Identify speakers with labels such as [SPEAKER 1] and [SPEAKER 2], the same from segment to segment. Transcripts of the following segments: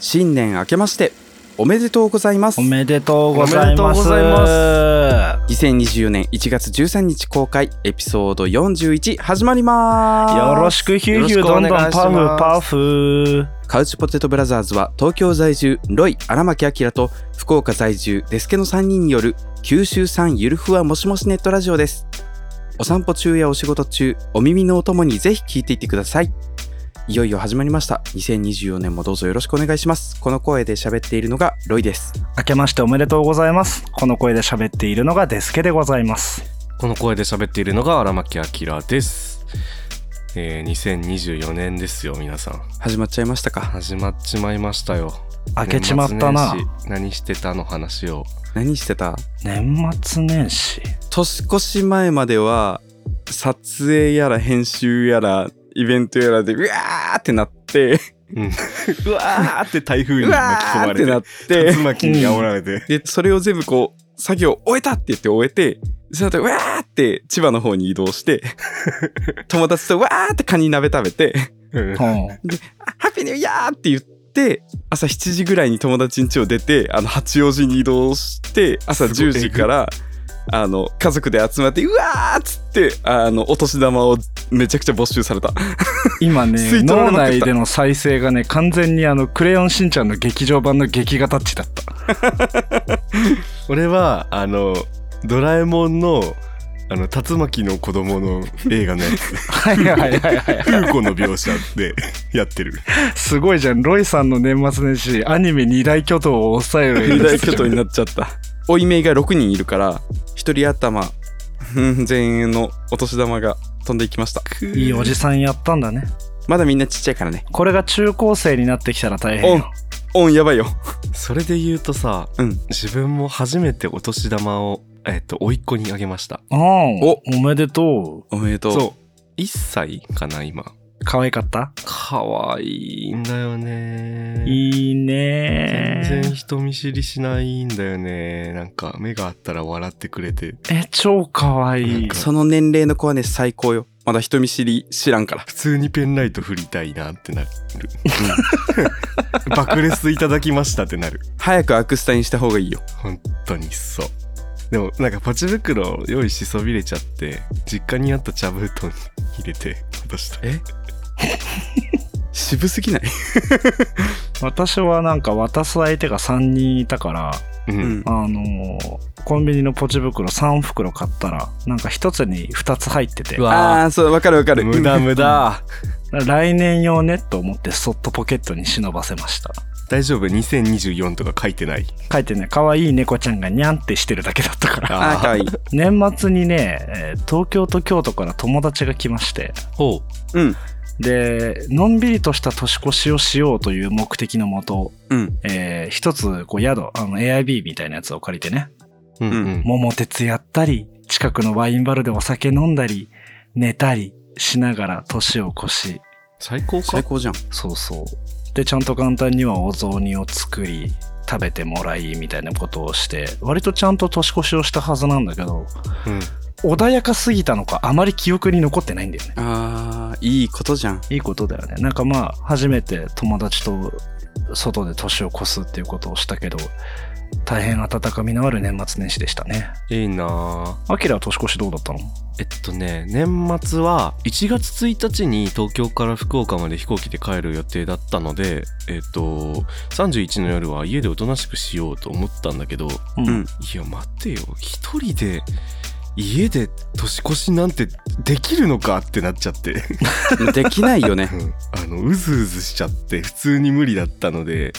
[SPEAKER 1] 新年明けましておめでとうございます
[SPEAKER 2] おめでとうございます。
[SPEAKER 3] おめでとうございます
[SPEAKER 1] 2024年1月13日公開エピソード41始まります
[SPEAKER 2] よろしくヒューヒュー
[SPEAKER 3] よろしく
[SPEAKER 2] ど
[SPEAKER 3] お
[SPEAKER 2] んどん
[SPEAKER 3] 願いします
[SPEAKER 2] パフパフ。
[SPEAKER 1] カウチポテトブラザーズは東京在住ロイ荒牧明と福岡在住デスケの3人による九州産ゆるふわもしもしネットラジオですお散歩中やお仕事中お耳のお供にぜひ聞いていってくださいいよいよ始まりました2024年もどうぞよろしくお願いしますこの声で喋っているのがロイです
[SPEAKER 2] 明けましておめでとうございます。この声で喋っているのがデスケでございます。
[SPEAKER 3] この声で喋っているのが荒牧明です。えー、2024年ですよ、皆さん。
[SPEAKER 1] 始まっちゃいましたか
[SPEAKER 3] 始まっちまいましたよ。
[SPEAKER 2] 明けちまったな
[SPEAKER 3] 年。末年始何してたの話を。
[SPEAKER 1] 何してた
[SPEAKER 2] 年末年始。
[SPEAKER 1] 年越し前までは撮影やら編集やらイベントやらでうわーってなって
[SPEAKER 3] うん、 うわーって台
[SPEAKER 1] う
[SPEAKER 3] 風に巻き
[SPEAKER 1] わー
[SPEAKER 3] 込ま
[SPEAKER 1] っ
[SPEAKER 3] れ
[SPEAKER 1] て
[SPEAKER 3] て
[SPEAKER 1] なって
[SPEAKER 3] 竜巻に煽られて。
[SPEAKER 1] でそれを全部こう作業終えたって言って終えてその後うわーって千葉の方に移動して 友達とうわーってカニ鍋食べて
[SPEAKER 3] うん
[SPEAKER 2] うん。
[SPEAKER 1] ハッピーニューイヤーって言って朝7時ぐらいに友達ん家を出てあの八王子に移動して朝
[SPEAKER 3] すごい
[SPEAKER 1] 10時からあの家族で集まってうわーっつってあのお年玉をめちゃくちゃ没収された
[SPEAKER 2] 今ね
[SPEAKER 1] 吸い取られま
[SPEAKER 2] 脳
[SPEAKER 1] くった
[SPEAKER 2] 内での再生がね完全にあの「クレヨンしんちゃん」の劇場版の劇画タッチだった
[SPEAKER 3] 俺は、あの、ドラえもんの、あの、竜巻の子供の映 画のやつ、
[SPEAKER 2] はいはいはいはい
[SPEAKER 3] 風子の描写で やってる。
[SPEAKER 2] すごいじゃんロイさんの年末年始アニメ二大巨頭を抑える
[SPEAKER 1] 二
[SPEAKER 2] 演
[SPEAKER 1] 大
[SPEAKER 2] 出
[SPEAKER 1] 巨頭になっちゃったおいめいが6人いるから1人頭うん全員のお年玉が飛んでいきました
[SPEAKER 2] いいおじさんやったんだね
[SPEAKER 1] まだみんなちっちゃいからね
[SPEAKER 2] これが中高生になってきたら大変よ
[SPEAKER 1] オンやばいよ
[SPEAKER 3] それで言うとさ、
[SPEAKER 1] うん
[SPEAKER 3] 自分も初めてお年玉を、えっと、甥いっ子にあげました。
[SPEAKER 2] おおおめでと
[SPEAKER 1] おめでとう
[SPEAKER 3] そう。1歳かな、今。
[SPEAKER 2] う可愛かった
[SPEAKER 3] かわいいんだよね。
[SPEAKER 2] いいね
[SPEAKER 3] 全然人見知りしないんだよね。なんか、目があったら笑ってくれて。
[SPEAKER 2] え超可愛い
[SPEAKER 1] その年齢の子はね最高よまだ人見知り知らんから
[SPEAKER 3] 普通にペンライト振りたいなってなる。 爆裂いただきましたってなる。
[SPEAKER 1] 早くアクスタにした方がいいよ
[SPEAKER 3] 本当にそう。でも、なんか、ポチ袋を用意しそびれちゃって、実家にあった茶布団に入れて渡した。
[SPEAKER 1] え渋すぎない
[SPEAKER 2] 私はなんか渡す相手が3人いたから
[SPEAKER 3] うん
[SPEAKER 1] うん
[SPEAKER 2] あのーコンビニのポチ袋3袋買ったらなんか1つに2つ入ってて
[SPEAKER 3] うわ
[SPEAKER 1] ああそうわかるわかる
[SPEAKER 3] 無駄無駄
[SPEAKER 2] 来年用ねと思ってそっとポケットに忍ばせました
[SPEAKER 3] 大丈夫2024とか書いてない
[SPEAKER 2] 書いてね可愛い猫ちゃんがニャンってしてるだけだったから
[SPEAKER 1] あーかわいい
[SPEAKER 2] 年末にねえー東京と京都から友達が来まして
[SPEAKER 3] ほ
[SPEAKER 1] うん
[SPEAKER 2] でのんびりとした年越しをしようという目的のもと、
[SPEAKER 1] うん
[SPEAKER 2] えー一つこう宿あの AIB みたいなやつを借りてね
[SPEAKER 3] ううん
[SPEAKER 1] う
[SPEAKER 3] うん
[SPEAKER 2] 桃鉄やったり、近くのワインバルでお酒飲んだり、寝たりしながら年を越し、
[SPEAKER 3] 最高か
[SPEAKER 1] 最高じゃん
[SPEAKER 2] そうそう。で、ちゃんと簡単にはお雑煮を作り、食べてもらいみたいなことをして、割とちゃんと年越しをしたはずなんだけど、
[SPEAKER 3] うん
[SPEAKER 2] 穏やかすぎたのか、あまり記憶に残ってないんだよね。
[SPEAKER 1] あーいいことじゃん
[SPEAKER 2] いいことだよね。なんかまあ、初めて友達と外で年を越すっていうことをしたけど、大変温かみのある年末年始でしたね。
[SPEAKER 3] いいなあ
[SPEAKER 2] アキラは年越しどうだったの
[SPEAKER 3] えっとね年末は1月1日に東京から福岡まで飛行機で帰る予定だったのでえっと31の夜は家でおとなしくしようと思ったんだけど
[SPEAKER 2] う
[SPEAKER 1] うん
[SPEAKER 3] いや待てよ一人で家で年越しなんてできるのかってなっちゃって
[SPEAKER 1] できないよね
[SPEAKER 3] うん あのうずうずしちゃって普通に無理だったので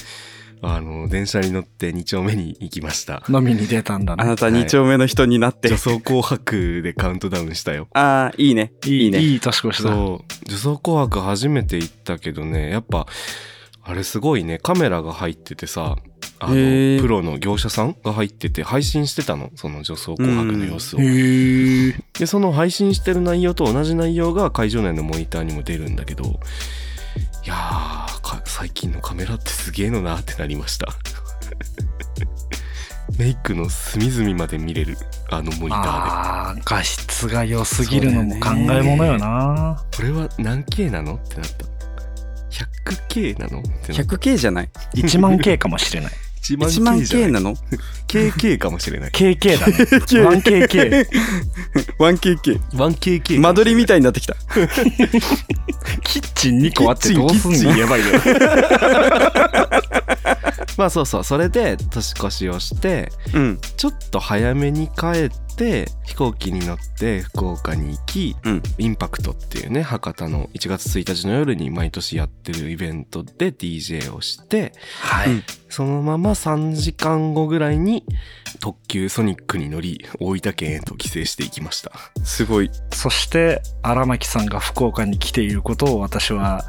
[SPEAKER 3] あの電車に乗って2丁目に行きました
[SPEAKER 2] 飲みに出たんだね
[SPEAKER 1] あ。なた2丁目の人になって、
[SPEAKER 3] 女装紅白でカウントダウンしたよ
[SPEAKER 1] あーいいねいいね
[SPEAKER 2] いい年越しだ。
[SPEAKER 3] そう女装紅白初めて行ったけどねやっぱあれすごいねカメラが入っててさあの
[SPEAKER 1] へー
[SPEAKER 3] プロの業者さんが入ってて配信してたのその女装紅白の様子を、
[SPEAKER 2] へえ。
[SPEAKER 3] でその配信してる内容と同じ内容が会場内のモニターにも出るんだけどいやーか最近のカメラってすげえのなってなりました メイクの隅々まで見れるあのモニターで
[SPEAKER 2] ああ、画質が良すぎるのも考えものよな。
[SPEAKER 3] これは何 K なのってなった 100K なのってな
[SPEAKER 1] 100K じゃない
[SPEAKER 2] 1万 K かもし れない。
[SPEAKER 3] 1
[SPEAKER 1] 1万
[SPEAKER 3] K じゃ
[SPEAKER 1] K
[SPEAKER 3] ない
[SPEAKER 1] なの
[SPEAKER 3] KK かもしれない
[SPEAKER 2] KK だね。1KK。
[SPEAKER 1] 1KK
[SPEAKER 3] 1KK
[SPEAKER 1] 間取りみたいになってきた
[SPEAKER 2] キッチン2個あってどうすん
[SPEAKER 1] キッチンキッチン
[SPEAKER 2] のやばいよ。
[SPEAKER 3] まあそうそうそれで年越しをして
[SPEAKER 1] うん
[SPEAKER 3] ちょっと早めに帰って飛行機に乗って福岡に行き、
[SPEAKER 1] うん
[SPEAKER 3] インパクトっていうね博多の1月1日の夜に毎年やってるイベントで DJ をして
[SPEAKER 2] は
[SPEAKER 1] うん
[SPEAKER 2] い。
[SPEAKER 3] そのまま3時間後ぐらいに特急ソニックに乗り大分県へと帰省していきました
[SPEAKER 1] すごい
[SPEAKER 2] そして、荒牧さんが福岡に来ていることを私は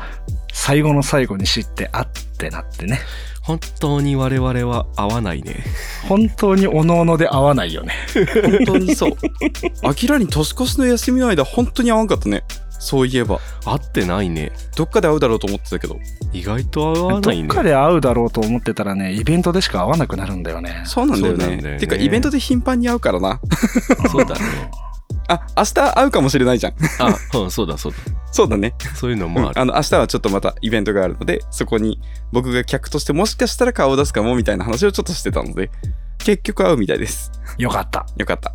[SPEAKER 2] 最後の最後に知って、あってなってね。
[SPEAKER 3] 本当に我々は合わないね
[SPEAKER 2] 本当におのおので合わないよね。
[SPEAKER 1] 本当にそうアキラに年越しの休みの間本当に合わんかったねそういえば
[SPEAKER 3] 合ってないね
[SPEAKER 1] どっかで会うだろうと思ってたけど
[SPEAKER 3] 意外と合
[SPEAKER 2] ど
[SPEAKER 3] わない
[SPEAKER 2] っ
[SPEAKER 3] ね
[SPEAKER 2] かで会うだろうと思ってたらね、イベントでしか会わなくなるんだよね。
[SPEAKER 1] そうなんだよ
[SPEAKER 3] そうな
[SPEAKER 1] ね
[SPEAKER 3] んだよね
[SPEAKER 1] てかイベントで頻繁に会うからな
[SPEAKER 3] そうだね
[SPEAKER 1] あ明日会うかもしれないじゃん
[SPEAKER 3] あ、うん、そうだそうだ
[SPEAKER 1] そうだね
[SPEAKER 3] そういうのもあ
[SPEAKER 1] うん
[SPEAKER 3] る、
[SPEAKER 1] あの明日はちょっとまたイベントがあるのでそこに僕が客としてもしかしたら顔を出すかもみたいな話をちょっとしてたので結局会うみたいです
[SPEAKER 2] よかった。
[SPEAKER 1] よかった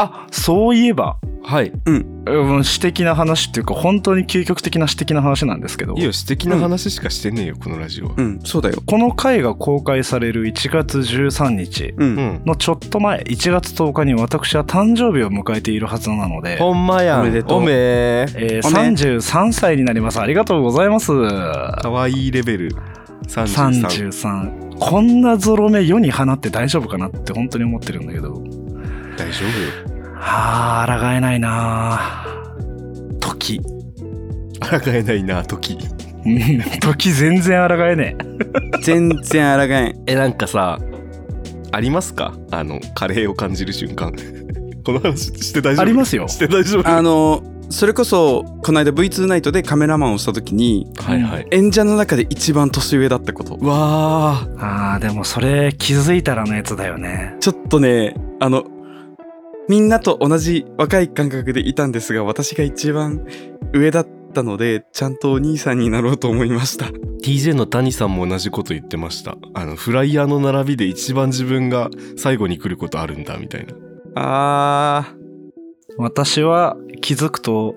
[SPEAKER 2] あ、そういえば、
[SPEAKER 3] はい
[SPEAKER 2] うん、私的な話っていうか、本当に究極的な私的な話なんですけど
[SPEAKER 3] いい、よ、私的な話しかしてねえよ、このラジオは。
[SPEAKER 1] うんそうだよ
[SPEAKER 2] この回が公開される1月13日
[SPEAKER 1] うん、
[SPEAKER 3] うん。
[SPEAKER 2] のちょっと前、1月10日に私は誕生日を迎えているはずなので、
[SPEAKER 3] ほんまやん。
[SPEAKER 1] おめでとう
[SPEAKER 3] おめー
[SPEAKER 2] えー
[SPEAKER 1] おめ
[SPEAKER 2] 33歳になります。ありがとうございます。
[SPEAKER 3] かわいいレベル。33。
[SPEAKER 2] 33。こんなゾロ目世に放って大丈夫かなって本当に思ってるんだけど。
[SPEAKER 3] 大丈夫よ。
[SPEAKER 2] ああ、抗えないなー時。
[SPEAKER 3] 抗えないな、時。
[SPEAKER 2] うん時全然抗えねえ。
[SPEAKER 1] 全然抗えん
[SPEAKER 3] え、なんかさ、ありますかあの、カレーを感じる瞬間。 この話して大丈夫
[SPEAKER 2] ありますよ
[SPEAKER 3] して大丈夫
[SPEAKER 1] あのそれこそこの間 V2 ナイトでカメラマンをした時に
[SPEAKER 3] はいはい。
[SPEAKER 1] 演者の中で一番年上だったこと
[SPEAKER 3] うわ
[SPEAKER 2] ああ、でもそれ気づいたらのやつだよね。
[SPEAKER 1] ちょっとねあのみんなと同じ若い感覚でいたんですが私が一番上だったのでちゃんとお兄さんになろうと思いました
[SPEAKER 3] ー TJ の谷さんも同じこと言ってましたあのフライヤーの並びで一番自分が最後に来ることあるんだみたいな
[SPEAKER 1] あー
[SPEAKER 2] 私は気づくと、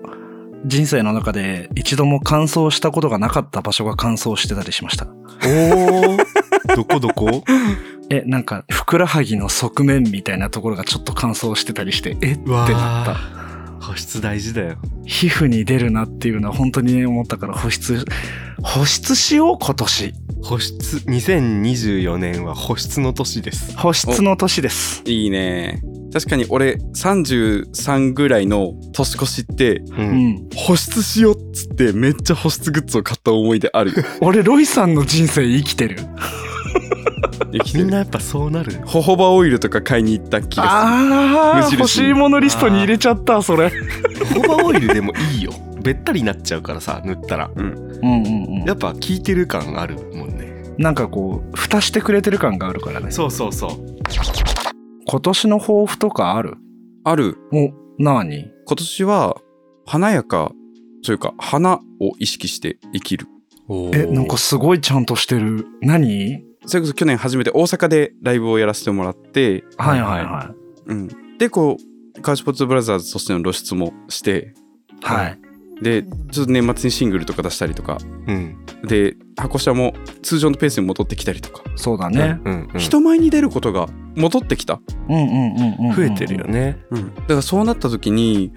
[SPEAKER 2] 人生の中で一度も乾燥したことがなかった場所が乾燥してたりしました。
[SPEAKER 3] おおどこどこ
[SPEAKER 2] え、なんか、ふくらはぎの側面みたいなところがちょっと乾燥してたりして、えって
[SPEAKER 3] わー
[SPEAKER 2] なった。
[SPEAKER 3] 保湿大事だよ
[SPEAKER 2] 皮膚に出るなっていうのは本当にね、思ったから保湿、保湿しよう今年。
[SPEAKER 3] 保湿2024年は保湿の年です
[SPEAKER 2] 保湿の年です。
[SPEAKER 1] いいね確かに俺33ぐらいの年越しって
[SPEAKER 3] う、
[SPEAKER 2] うんん。
[SPEAKER 1] 保湿しようっつってめっちゃ保湿グッズを買った思い出あ る
[SPEAKER 2] 俺、ロイさんの人生生きてる。
[SPEAKER 1] 生きて
[SPEAKER 3] みん
[SPEAKER 1] る
[SPEAKER 3] なやっぱそうなる
[SPEAKER 1] ホホバオイルとか買いに行った気が
[SPEAKER 2] あ
[SPEAKER 1] 無
[SPEAKER 2] あ、
[SPEAKER 1] 印
[SPEAKER 2] 欲しいものリストに入れちゃった、それ。
[SPEAKER 3] ホバオイルでもいいよべったりになっちゃうからさ塗ったら
[SPEAKER 2] うんうん
[SPEAKER 3] やっぱ効いてる感あるもんね
[SPEAKER 2] なんかこう、蓋してくれてる感があるからね。
[SPEAKER 3] そうそうそう
[SPEAKER 2] 今年の抱負とかある
[SPEAKER 1] ある
[SPEAKER 2] お、なに
[SPEAKER 1] 今年は華やかというか花を意識して生きる
[SPEAKER 3] お
[SPEAKER 2] え、なんかすごいちゃんとしてる。何
[SPEAKER 1] それこそ去年初めて大阪でライブをやらせてもらって、
[SPEAKER 2] はいはいは
[SPEAKER 1] うん、でこうカーシュポッツブラザーズとしての露出もして
[SPEAKER 2] い。はい。
[SPEAKER 1] でちょっと年末にシングルとか出したりとか
[SPEAKER 3] うん
[SPEAKER 1] で箱車も通常のペースに戻ってきたりとか、
[SPEAKER 2] そうだね。
[SPEAKER 3] うん、うん、
[SPEAKER 1] 人前に出ることが戻ってきた、
[SPEAKER 2] うんうんうんうん。
[SPEAKER 3] 増えてるよ。ね
[SPEAKER 1] だからそうなった時に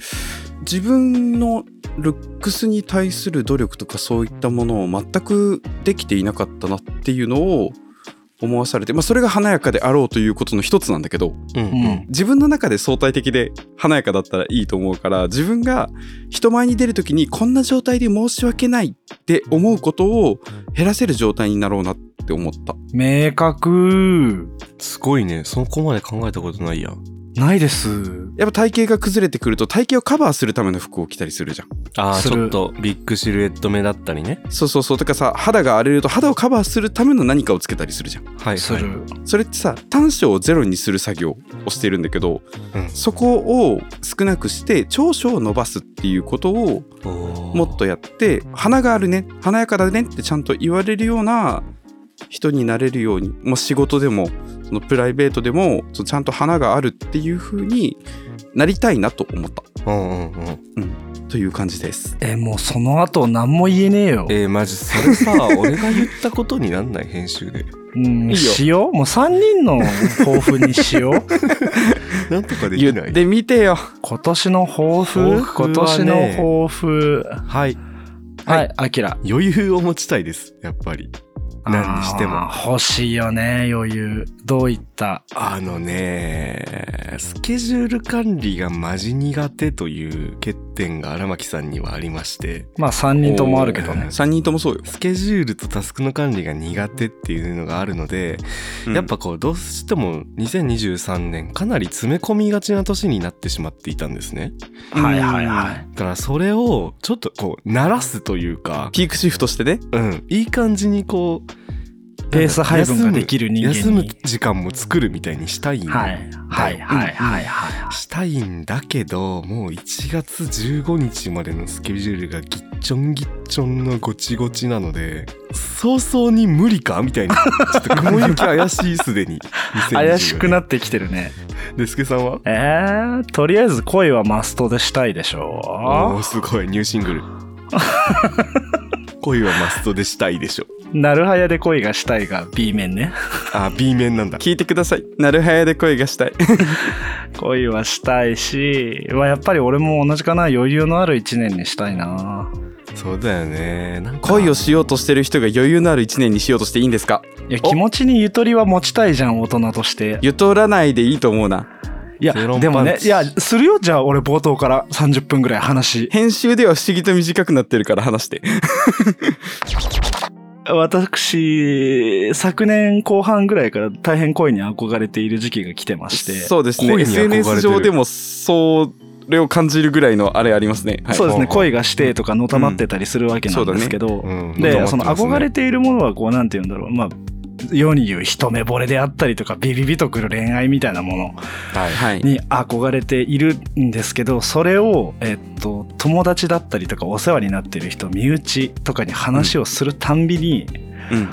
[SPEAKER 1] 自分のルックスに対する努力とかそういったものを全くできていなかったなっていうのを思わされて、まあ、それが華やかであろうということの一つなんだけど
[SPEAKER 3] う
[SPEAKER 2] う
[SPEAKER 3] ん
[SPEAKER 2] ん。
[SPEAKER 1] 自分の中で相対的で華やかだったらいいと思うから自分が人前に出る時にこんな状態で申し訳ないって思うことを減らせる状態になろうなって思った
[SPEAKER 2] 明確。
[SPEAKER 3] すごいねそこまで考えたことないや
[SPEAKER 2] ないです。
[SPEAKER 1] やっぱ体型が崩れてくると体型をカバーするための服を着たりするじゃん
[SPEAKER 3] ああ
[SPEAKER 2] す
[SPEAKER 3] ちょっ
[SPEAKER 2] る
[SPEAKER 3] とビッグシルエット目だったりね
[SPEAKER 1] そうそうそうとかさ肌が荒れると肌をカバーするための何かをつけたりするじゃん
[SPEAKER 3] はい
[SPEAKER 2] す
[SPEAKER 3] はい
[SPEAKER 2] る。
[SPEAKER 1] それってさ短所をゼロにする作業をしてるんだけど、
[SPEAKER 3] うん
[SPEAKER 1] そこを少なくして長所を伸ばすっていうことをも
[SPEAKER 3] も
[SPEAKER 1] っとやって花があるね華やかだねってちゃんと言われるような人になれるようにもう仕事でもそのプライベートでもそのちゃんと花があるっていう風になりたいなと思った
[SPEAKER 3] うんうんうん
[SPEAKER 1] という感じです。
[SPEAKER 2] え、もうその後何も言えねえよ。
[SPEAKER 3] えー、マジそれさ 俺が言ったことになんない編集で
[SPEAKER 2] うん、
[SPEAKER 1] いいよ
[SPEAKER 2] しようもう3人の抱負にし よう
[SPEAKER 3] なんとかでき
[SPEAKER 1] 言
[SPEAKER 3] な
[SPEAKER 1] っ
[SPEAKER 3] い
[SPEAKER 1] てみてよ。
[SPEAKER 2] 今年の抱負
[SPEAKER 3] 抱負はね
[SPEAKER 2] 今年の抱負。
[SPEAKER 3] はい
[SPEAKER 2] はい、アキラ。
[SPEAKER 3] 余裕を持ちたいですやっぱり何にしても
[SPEAKER 2] あー。欲しいよね、余裕。どういった。
[SPEAKER 3] あのねスケジュール管理がマジ苦手という欠点が荒牧さんにはありまして
[SPEAKER 2] まあ3人ともあるけどね。
[SPEAKER 1] 3人ともそうよ。
[SPEAKER 3] スケジュールとタスクの管理が苦手っていうのがあるので、
[SPEAKER 1] うん
[SPEAKER 3] やっぱこうどうしても2023年かなり詰め込みがちな年になってしまっていたんですね
[SPEAKER 1] うん
[SPEAKER 2] はいはいはい。
[SPEAKER 3] だからそれをちょっとこう慣らすというか、
[SPEAKER 1] ピークシフトしてね。
[SPEAKER 3] うん、いい感じにこう
[SPEAKER 2] ペース配分ができる人間に。
[SPEAKER 3] 休む時間も作るみたいにしたいんだ
[SPEAKER 2] はいはいはいはいは
[SPEAKER 3] したいんだけどもう1月15日までのスケジュールがぎっちょんぎっちょんのごちごちなので早々に無理かみ たいなちょっと雲行き怪しいすでに
[SPEAKER 2] い。怪しくなってきてるね。
[SPEAKER 3] でスケさんは
[SPEAKER 2] えー、とりあえず恋はマストでしたいでし
[SPEAKER 3] お
[SPEAKER 2] ょ
[SPEAKER 3] おすごいニューシングル恋はマストでしたいでしょ
[SPEAKER 2] なるはやで恋がしたいが B 面ね。
[SPEAKER 3] あ B 面なんだ
[SPEAKER 1] 聞いてください。なるはやで声が したい。
[SPEAKER 2] 恋はしたいし、まあやっぱり俺も同じかな。余裕のある一年にしたいな。
[SPEAKER 3] そうだよねなんか
[SPEAKER 1] 恋をしようとしてる人が余裕のある1年にしようとしていいんですか
[SPEAKER 2] いや、気持ちにゆとりは持ちたいじゃん、大人として。
[SPEAKER 1] ゆとらないでいいと思うな。
[SPEAKER 2] いや、
[SPEAKER 3] メロンパンチ
[SPEAKER 2] でもね、いや、するよ。じゃあ俺冒頭から30分ぐらい話。
[SPEAKER 1] 編集では不思議と短くなってるから話して。
[SPEAKER 2] 私、昨年後半ぐらいから大変恋に憧れている時期が来てまして。
[SPEAKER 1] そうですね
[SPEAKER 3] 恋に憧れてる
[SPEAKER 1] SNS 上でもそれを感じるぐらいのあれありますね、はい、
[SPEAKER 2] そうですね、
[SPEAKER 3] ほうほう
[SPEAKER 2] 恋がしてとかのたまってたりするわけなんですけど、
[SPEAKER 3] うん
[SPEAKER 2] で、
[SPEAKER 3] まと
[SPEAKER 2] その
[SPEAKER 3] まってますね
[SPEAKER 2] 憧れているものは、こう、なんて言うんだろう、まあ、世に言う一目惚れであったりとか、ビビビとくる恋愛みたいなもの
[SPEAKER 1] はい、はい、
[SPEAKER 2] に憧れているんですけど、それを、えっと、友達だったりとか、お世話になっている人、身内とかに話をするたんびに、
[SPEAKER 1] うん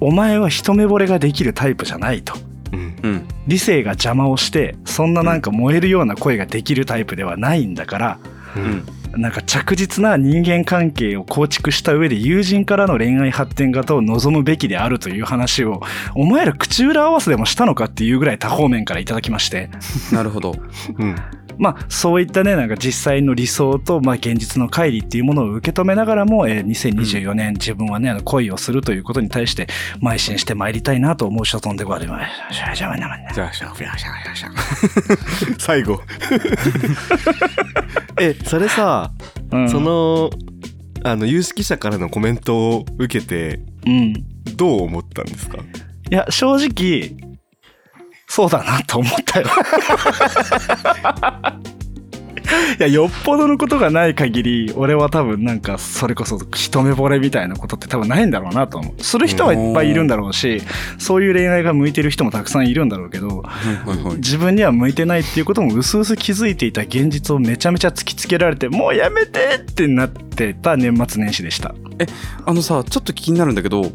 [SPEAKER 2] お前は一目惚れができるタイプじゃないと。
[SPEAKER 3] うん
[SPEAKER 1] うん
[SPEAKER 2] 理性が邪魔をして、そんななんか燃えるような声ができるタイプではないんだから、
[SPEAKER 3] うん
[SPEAKER 2] なんか着実な人間関係を構築した上で友人からの恋愛発展型を望むべきであるという話をお前ら口裏合わせでもしたのかっていうぐらい多方面からいただきまして
[SPEAKER 1] なるほど
[SPEAKER 3] うん
[SPEAKER 2] まあそういったねなんか実際の理想とまあ現実の乖離っていうものを受け止めながらも、えー2024年自分はねあの恋をするということに対して邁進してまいりたいなと思う所存でございます。
[SPEAKER 3] じゃあ、シャシャシャシャ最後。 え、それさ、
[SPEAKER 2] うん
[SPEAKER 3] その、あの、有識者からのコメントを受けて、
[SPEAKER 2] うん
[SPEAKER 3] どう思ったんですか
[SPEAKER 2] いや、正直、そうだなと思っ たよ。いや、よっぽどのことがない限り、俺は多分なんか、それこそ一目惚れみたいなことって多分ないんだろうなと思う。する人はいっぱいいるんだろうし、そういう恋愛が向いてる人もたくさんいるんだろうけど、
[SPEAKER 1] はいはいはい
[SPEAKER 2] 自分には向いてないっていうことも薄々気づいていた現実をめちゃめちゃ突きつけられて、もうやめてってなってた年末年始でした。
[SPEAKER 1] あのさちょっと気になるんだけど、
[SPEAKER 2] い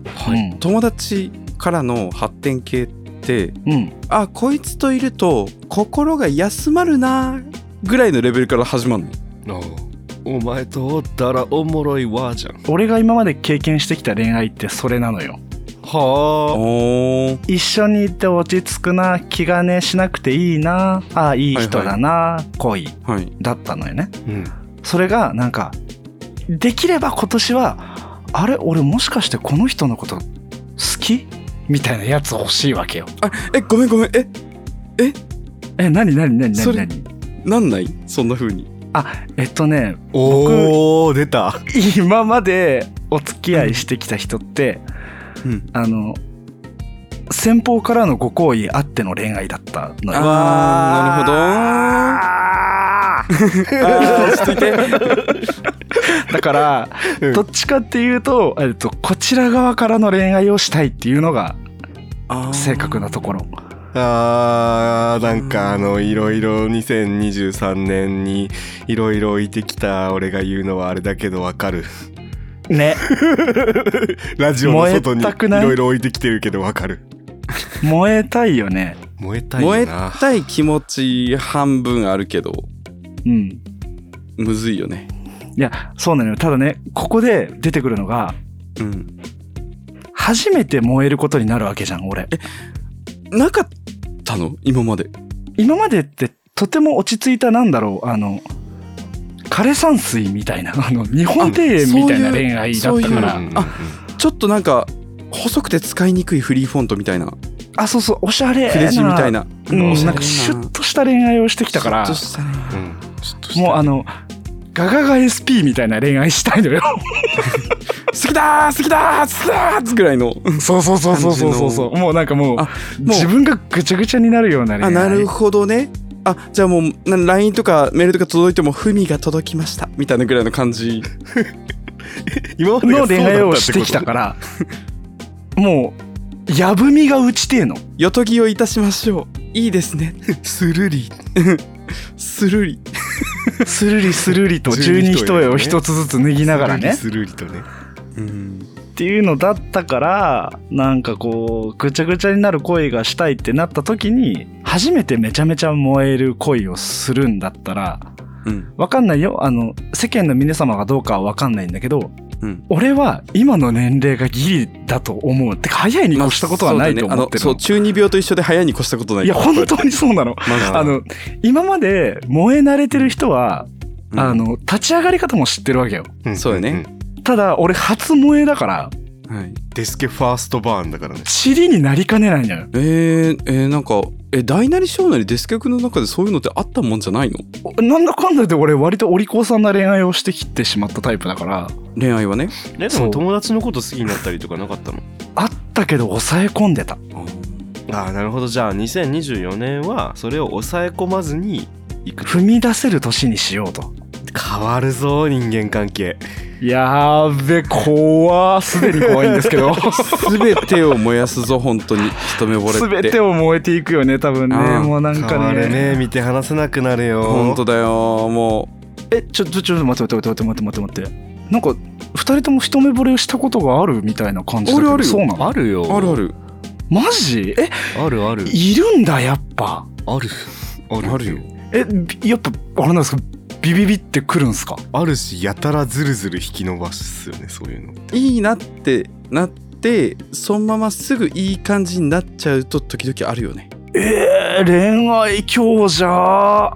[SPEAKER 1] 友達からの発展系って
[SPEAKER 2] うん。
[SPEAKER 1] あこいつといると心が休まるなぐらいのレベルから始まるの
[SPEAKER 3] お前とおったらおもろいわじゃん。
[SPEAKER 2] 俺が今まで経験してきた恋愛ってそれなのよ。
[SPEAKER 3] は
[SPEAKER 1] おー
[SPEAKER 2] 一緒にいて落ち着くな気兼ねしなくていいなあいい人だな、恋
[SPEAKER 1] はい
[SPEAKER 2] だったのよね
[SPEAKER 3] あ。うん。
[SPEAKER 2] それがなんかできれば今年はあれ俺もしかしてこの人のこと好きみたいなやつ欲しいわけよ
[SPEAKER 1] あえごめんごめんえ
[SPEAKER 2] え何何何
[SPEAKER 1] そ
[SPEAKER 2] 何
[SPEAKER 1] れ
[SPEAKER 2] 何
[SPEAKER 1] なんないそんな風に
[SPEAKER 2] えっとね
[SPEAKER 3] おー、出た。
[SPEAKER 2] 今までお付き合いしてきた人って、
[SPEAKER 1] うん
[SPEAKER 2] あの先方からのご好意あっての恋愛だったのよ。
[SPEAKER 1] あー
[SPEAKER 2] あー
[SPEAKER 1] なるほどーあー落ち着いて
[SPEAKER 2] だから、
[SPEAKER 3] うん
[SPEAKER 2] どっちかっていうと、えっと、こちら側からの恋愛をしたいっていうのが正確なところ。
[SPEAKER 3] あーなんかあのいろいろ2023年にいろいろ置いてきた俺が言うのはあれだけどわかる
[SPEAKER 2] ね。
[SPEAKER 3] ラジオの外に
[SPEAKER 2] 燃えたくない
[SPEAKER 3] いろいろ置いてきてるけどわかる
[SPEAKER 2] 燃えたいよね。
[SPEAKER 3] 燃えたい
[SPEAKER 1] 燃
[SPEAKER 3] よ
[SPEAKER 1] え
[SPEAKER 3] な
[SPEAKER 1] たい気持ち半分あるけど
[SPEAKER 2] うん。
[SPEAKER 1] むずいよね
[SPEAKER 2] いや、そうなのよ。ただね、ここで出てくるのが、
[SPEAKER 1] うん
[SPEAKER 2] 初めて燃えることになるわけじゃん、俺。
[SPEAKER 1] なかったの今まで
[SPEAKER 2] 今までって、とても落ち着いた、なんだろう、あの、枯山水みたいな、あの、日本庭園みたい
[SPEAKER 1] あそう
[SPEAKER 2] な
[SPEAKER 1] いう
[SPEAKER 2] 恋愛だった
[SPEAKER 1] そ
[SPEAKER 2] か
[SPEAKER 1] う
[SPEAKER 2] ら、
[SPEAKER 1] いあちょっとなんか細くて使いにくいフリーフォントみたいな
[SPEAKER 2] あ、そうそう、おしゃれな。
[SPEAKER 1] クレジみたいな
[SPEAKER 2] う
[SPEAKER 3] お
[SPEAKER 2] ん、
[SPEAKER 3] しゃれな
[SPEAKER 2] なんかシュッとした恋愛をしてきたから
[SPEAKER 1] ちょ、っとしたね
[SPEAKER 3] うんちょっとした
[SPEAKER 2] もうあの、ガガガ SP みたいな恋愛したいのよ。
[SPEAKER 1] 好きだー好きだー好きだーぐらいの
[SPEAKER 2] そうそうそうそうそうそう
[SPEAKER 1] 感
[SPEAKER 2] そう。もうなんかもう
[SPEAKER 1] あも、う
[SPEAKER 2] 自分がぐちゃぐちゃになるような恋
[SPEAKER 1] あ
[SPEAKER 2] 愛。
[SPEAKER 1] なるほどねあじゃあもうな LINE とかメールとか届いても「ふみが届きました」みたいなぐらいの感 じ
[SPEAKER 2] の恋
[SPEAKER 3] 今までがそうだった
[SPEAKER 2] 愛をしてきたから、もう、やぶみが打ちてえの。
[SPEAKER 1] よとぎをいたしましょういいです ね
[SPEAKER 3] するり
[SPEAKER 1] するり
[SPEAKER 2] スルリスルリと 十
[SPEAKER 3] 十二
[SPEAKER 2] 二
[SPEAKER 3] 一
[SPEAKER 2] 一
[SPEAKER 3] 重
[SPEAKER 2] 重
[SPEAKER 3] を
[SPEAKER 2] を
[SPEAKER 3] ね
[SPEAKER 2] 一つずつ脱ぎながらね。
[SPEAKER 3] するりとね
[SPEAKER 1] うん
[SPEAKER 2] っていうのだったから、なんかこう、ぐちゃぐちゃになる恋がしたいってなった時に、初めてめちゃめちゃ燃える恋をするんだったら、
[SPEAKER 1] うん
[SPEAKER 2] わかんないよ。あの、世間の皆様がどうかはわかんないんだけど、
[SPEAKER 1] うん
[SPEAKER 2] 俺は今の年齢がギリだと思う。てか、早いに越したことはないと思ってる
[SPEAKER 1] そうだねあのそう
[SPEAKER 2] の。
[SPEAKER 1] 中二病と一緒で早いに越したことない
[SPEAKER 2] いや、本当にそうなの。
[SPEAKER 1] まだ
[SPEAKER 2] あの今まで燃え慣れてる人は、
[SPEAKER 1] うん
[SPEAKER 2] あの立ち上がり方も知ってるわけよ
[SPEAKER 3] ん
[SPEAKER 1] そうだね
[SPEAKER 3] ん
[SPEAKER 2] ただ俺初燃えだから
[SPEAKER 1] はい
[SPEAKER 3] デスケファーストバーンだからね
[SPEAKER 2] 塵になりかねないのよ
[SPEAKER 1] えー、えー、なんかえ大なり小なりデスクの中でそういうのってあったもんじゃないの
[SPEAKER 2] おなんだかんだで俺割とお利口さんな恋愛をしてきてしまったタイプだから
[SPEAKER 1] 恋愛は ね
[SPEAKER 3] ねで
[SPEAKER 2] そ
[SPEAKER 3] も
[SPEAKER 2] う
[SPEAKER 3] 友達のこと好きになったりとかなかったの
[SPEAKER 2] あったけど抑え込んでた
[SPEAKER 3] ああなるほどじゃあ2024年はそれを抑え込まずにいく
[SPEAKER 2] 踏み出せる年にしようと
[SPEAKER 3] 変わるぞ人間関係
[SPEAKER 2] やーべ怖ーすでに怖いんです けど
[SPEAKER 1] 全てを燃やすぞ本当に一目惚れっ
[SPEAKER 2] 全
[SPEAKER 1] て
[SPEAKER 2] てを燃えていくよね多分ね
[SPEAKER 1] うん
[SPEAKER 2] もうなん
[SPEAKER 3] 変わ
[SPEAKER 2] か
[SPEAKER 3] る
[SPEAKER 2] ね
[SPEAKER 3] ね見て話せなくなるよ
[SPEAKER 1] 本当だよも
[SPEAKER 2] えちょちょちょ待って待って待って待って待って待ってなんか2人とも一目惚れをしたことがあるみたいな感じだけど
[SPEAKER 1] あるあるよ
[SPEAKER 2] そうなの
[SPEAKER 3] あるよ
[SPEAKER 1] うあるある
[SPEAKER 2] マジえ
[SPEAKER 3] あるある
[SPEAKER 2] いるんだやっぱ
[SPEAKER 3] あるあ
[SPEAKER 1] あるよ
[SPEAKER 2] えびやっぱあれなんですかビビビってくるんすか
[SPEAKER 3] あるしやたらずるずる引き伸ばすよねそういうの
[SPEAKER 1] いいなってなってそのまますぐいい感じになっちゃうと時々あるよね
[SPEAKER 2] えー、恋愛強者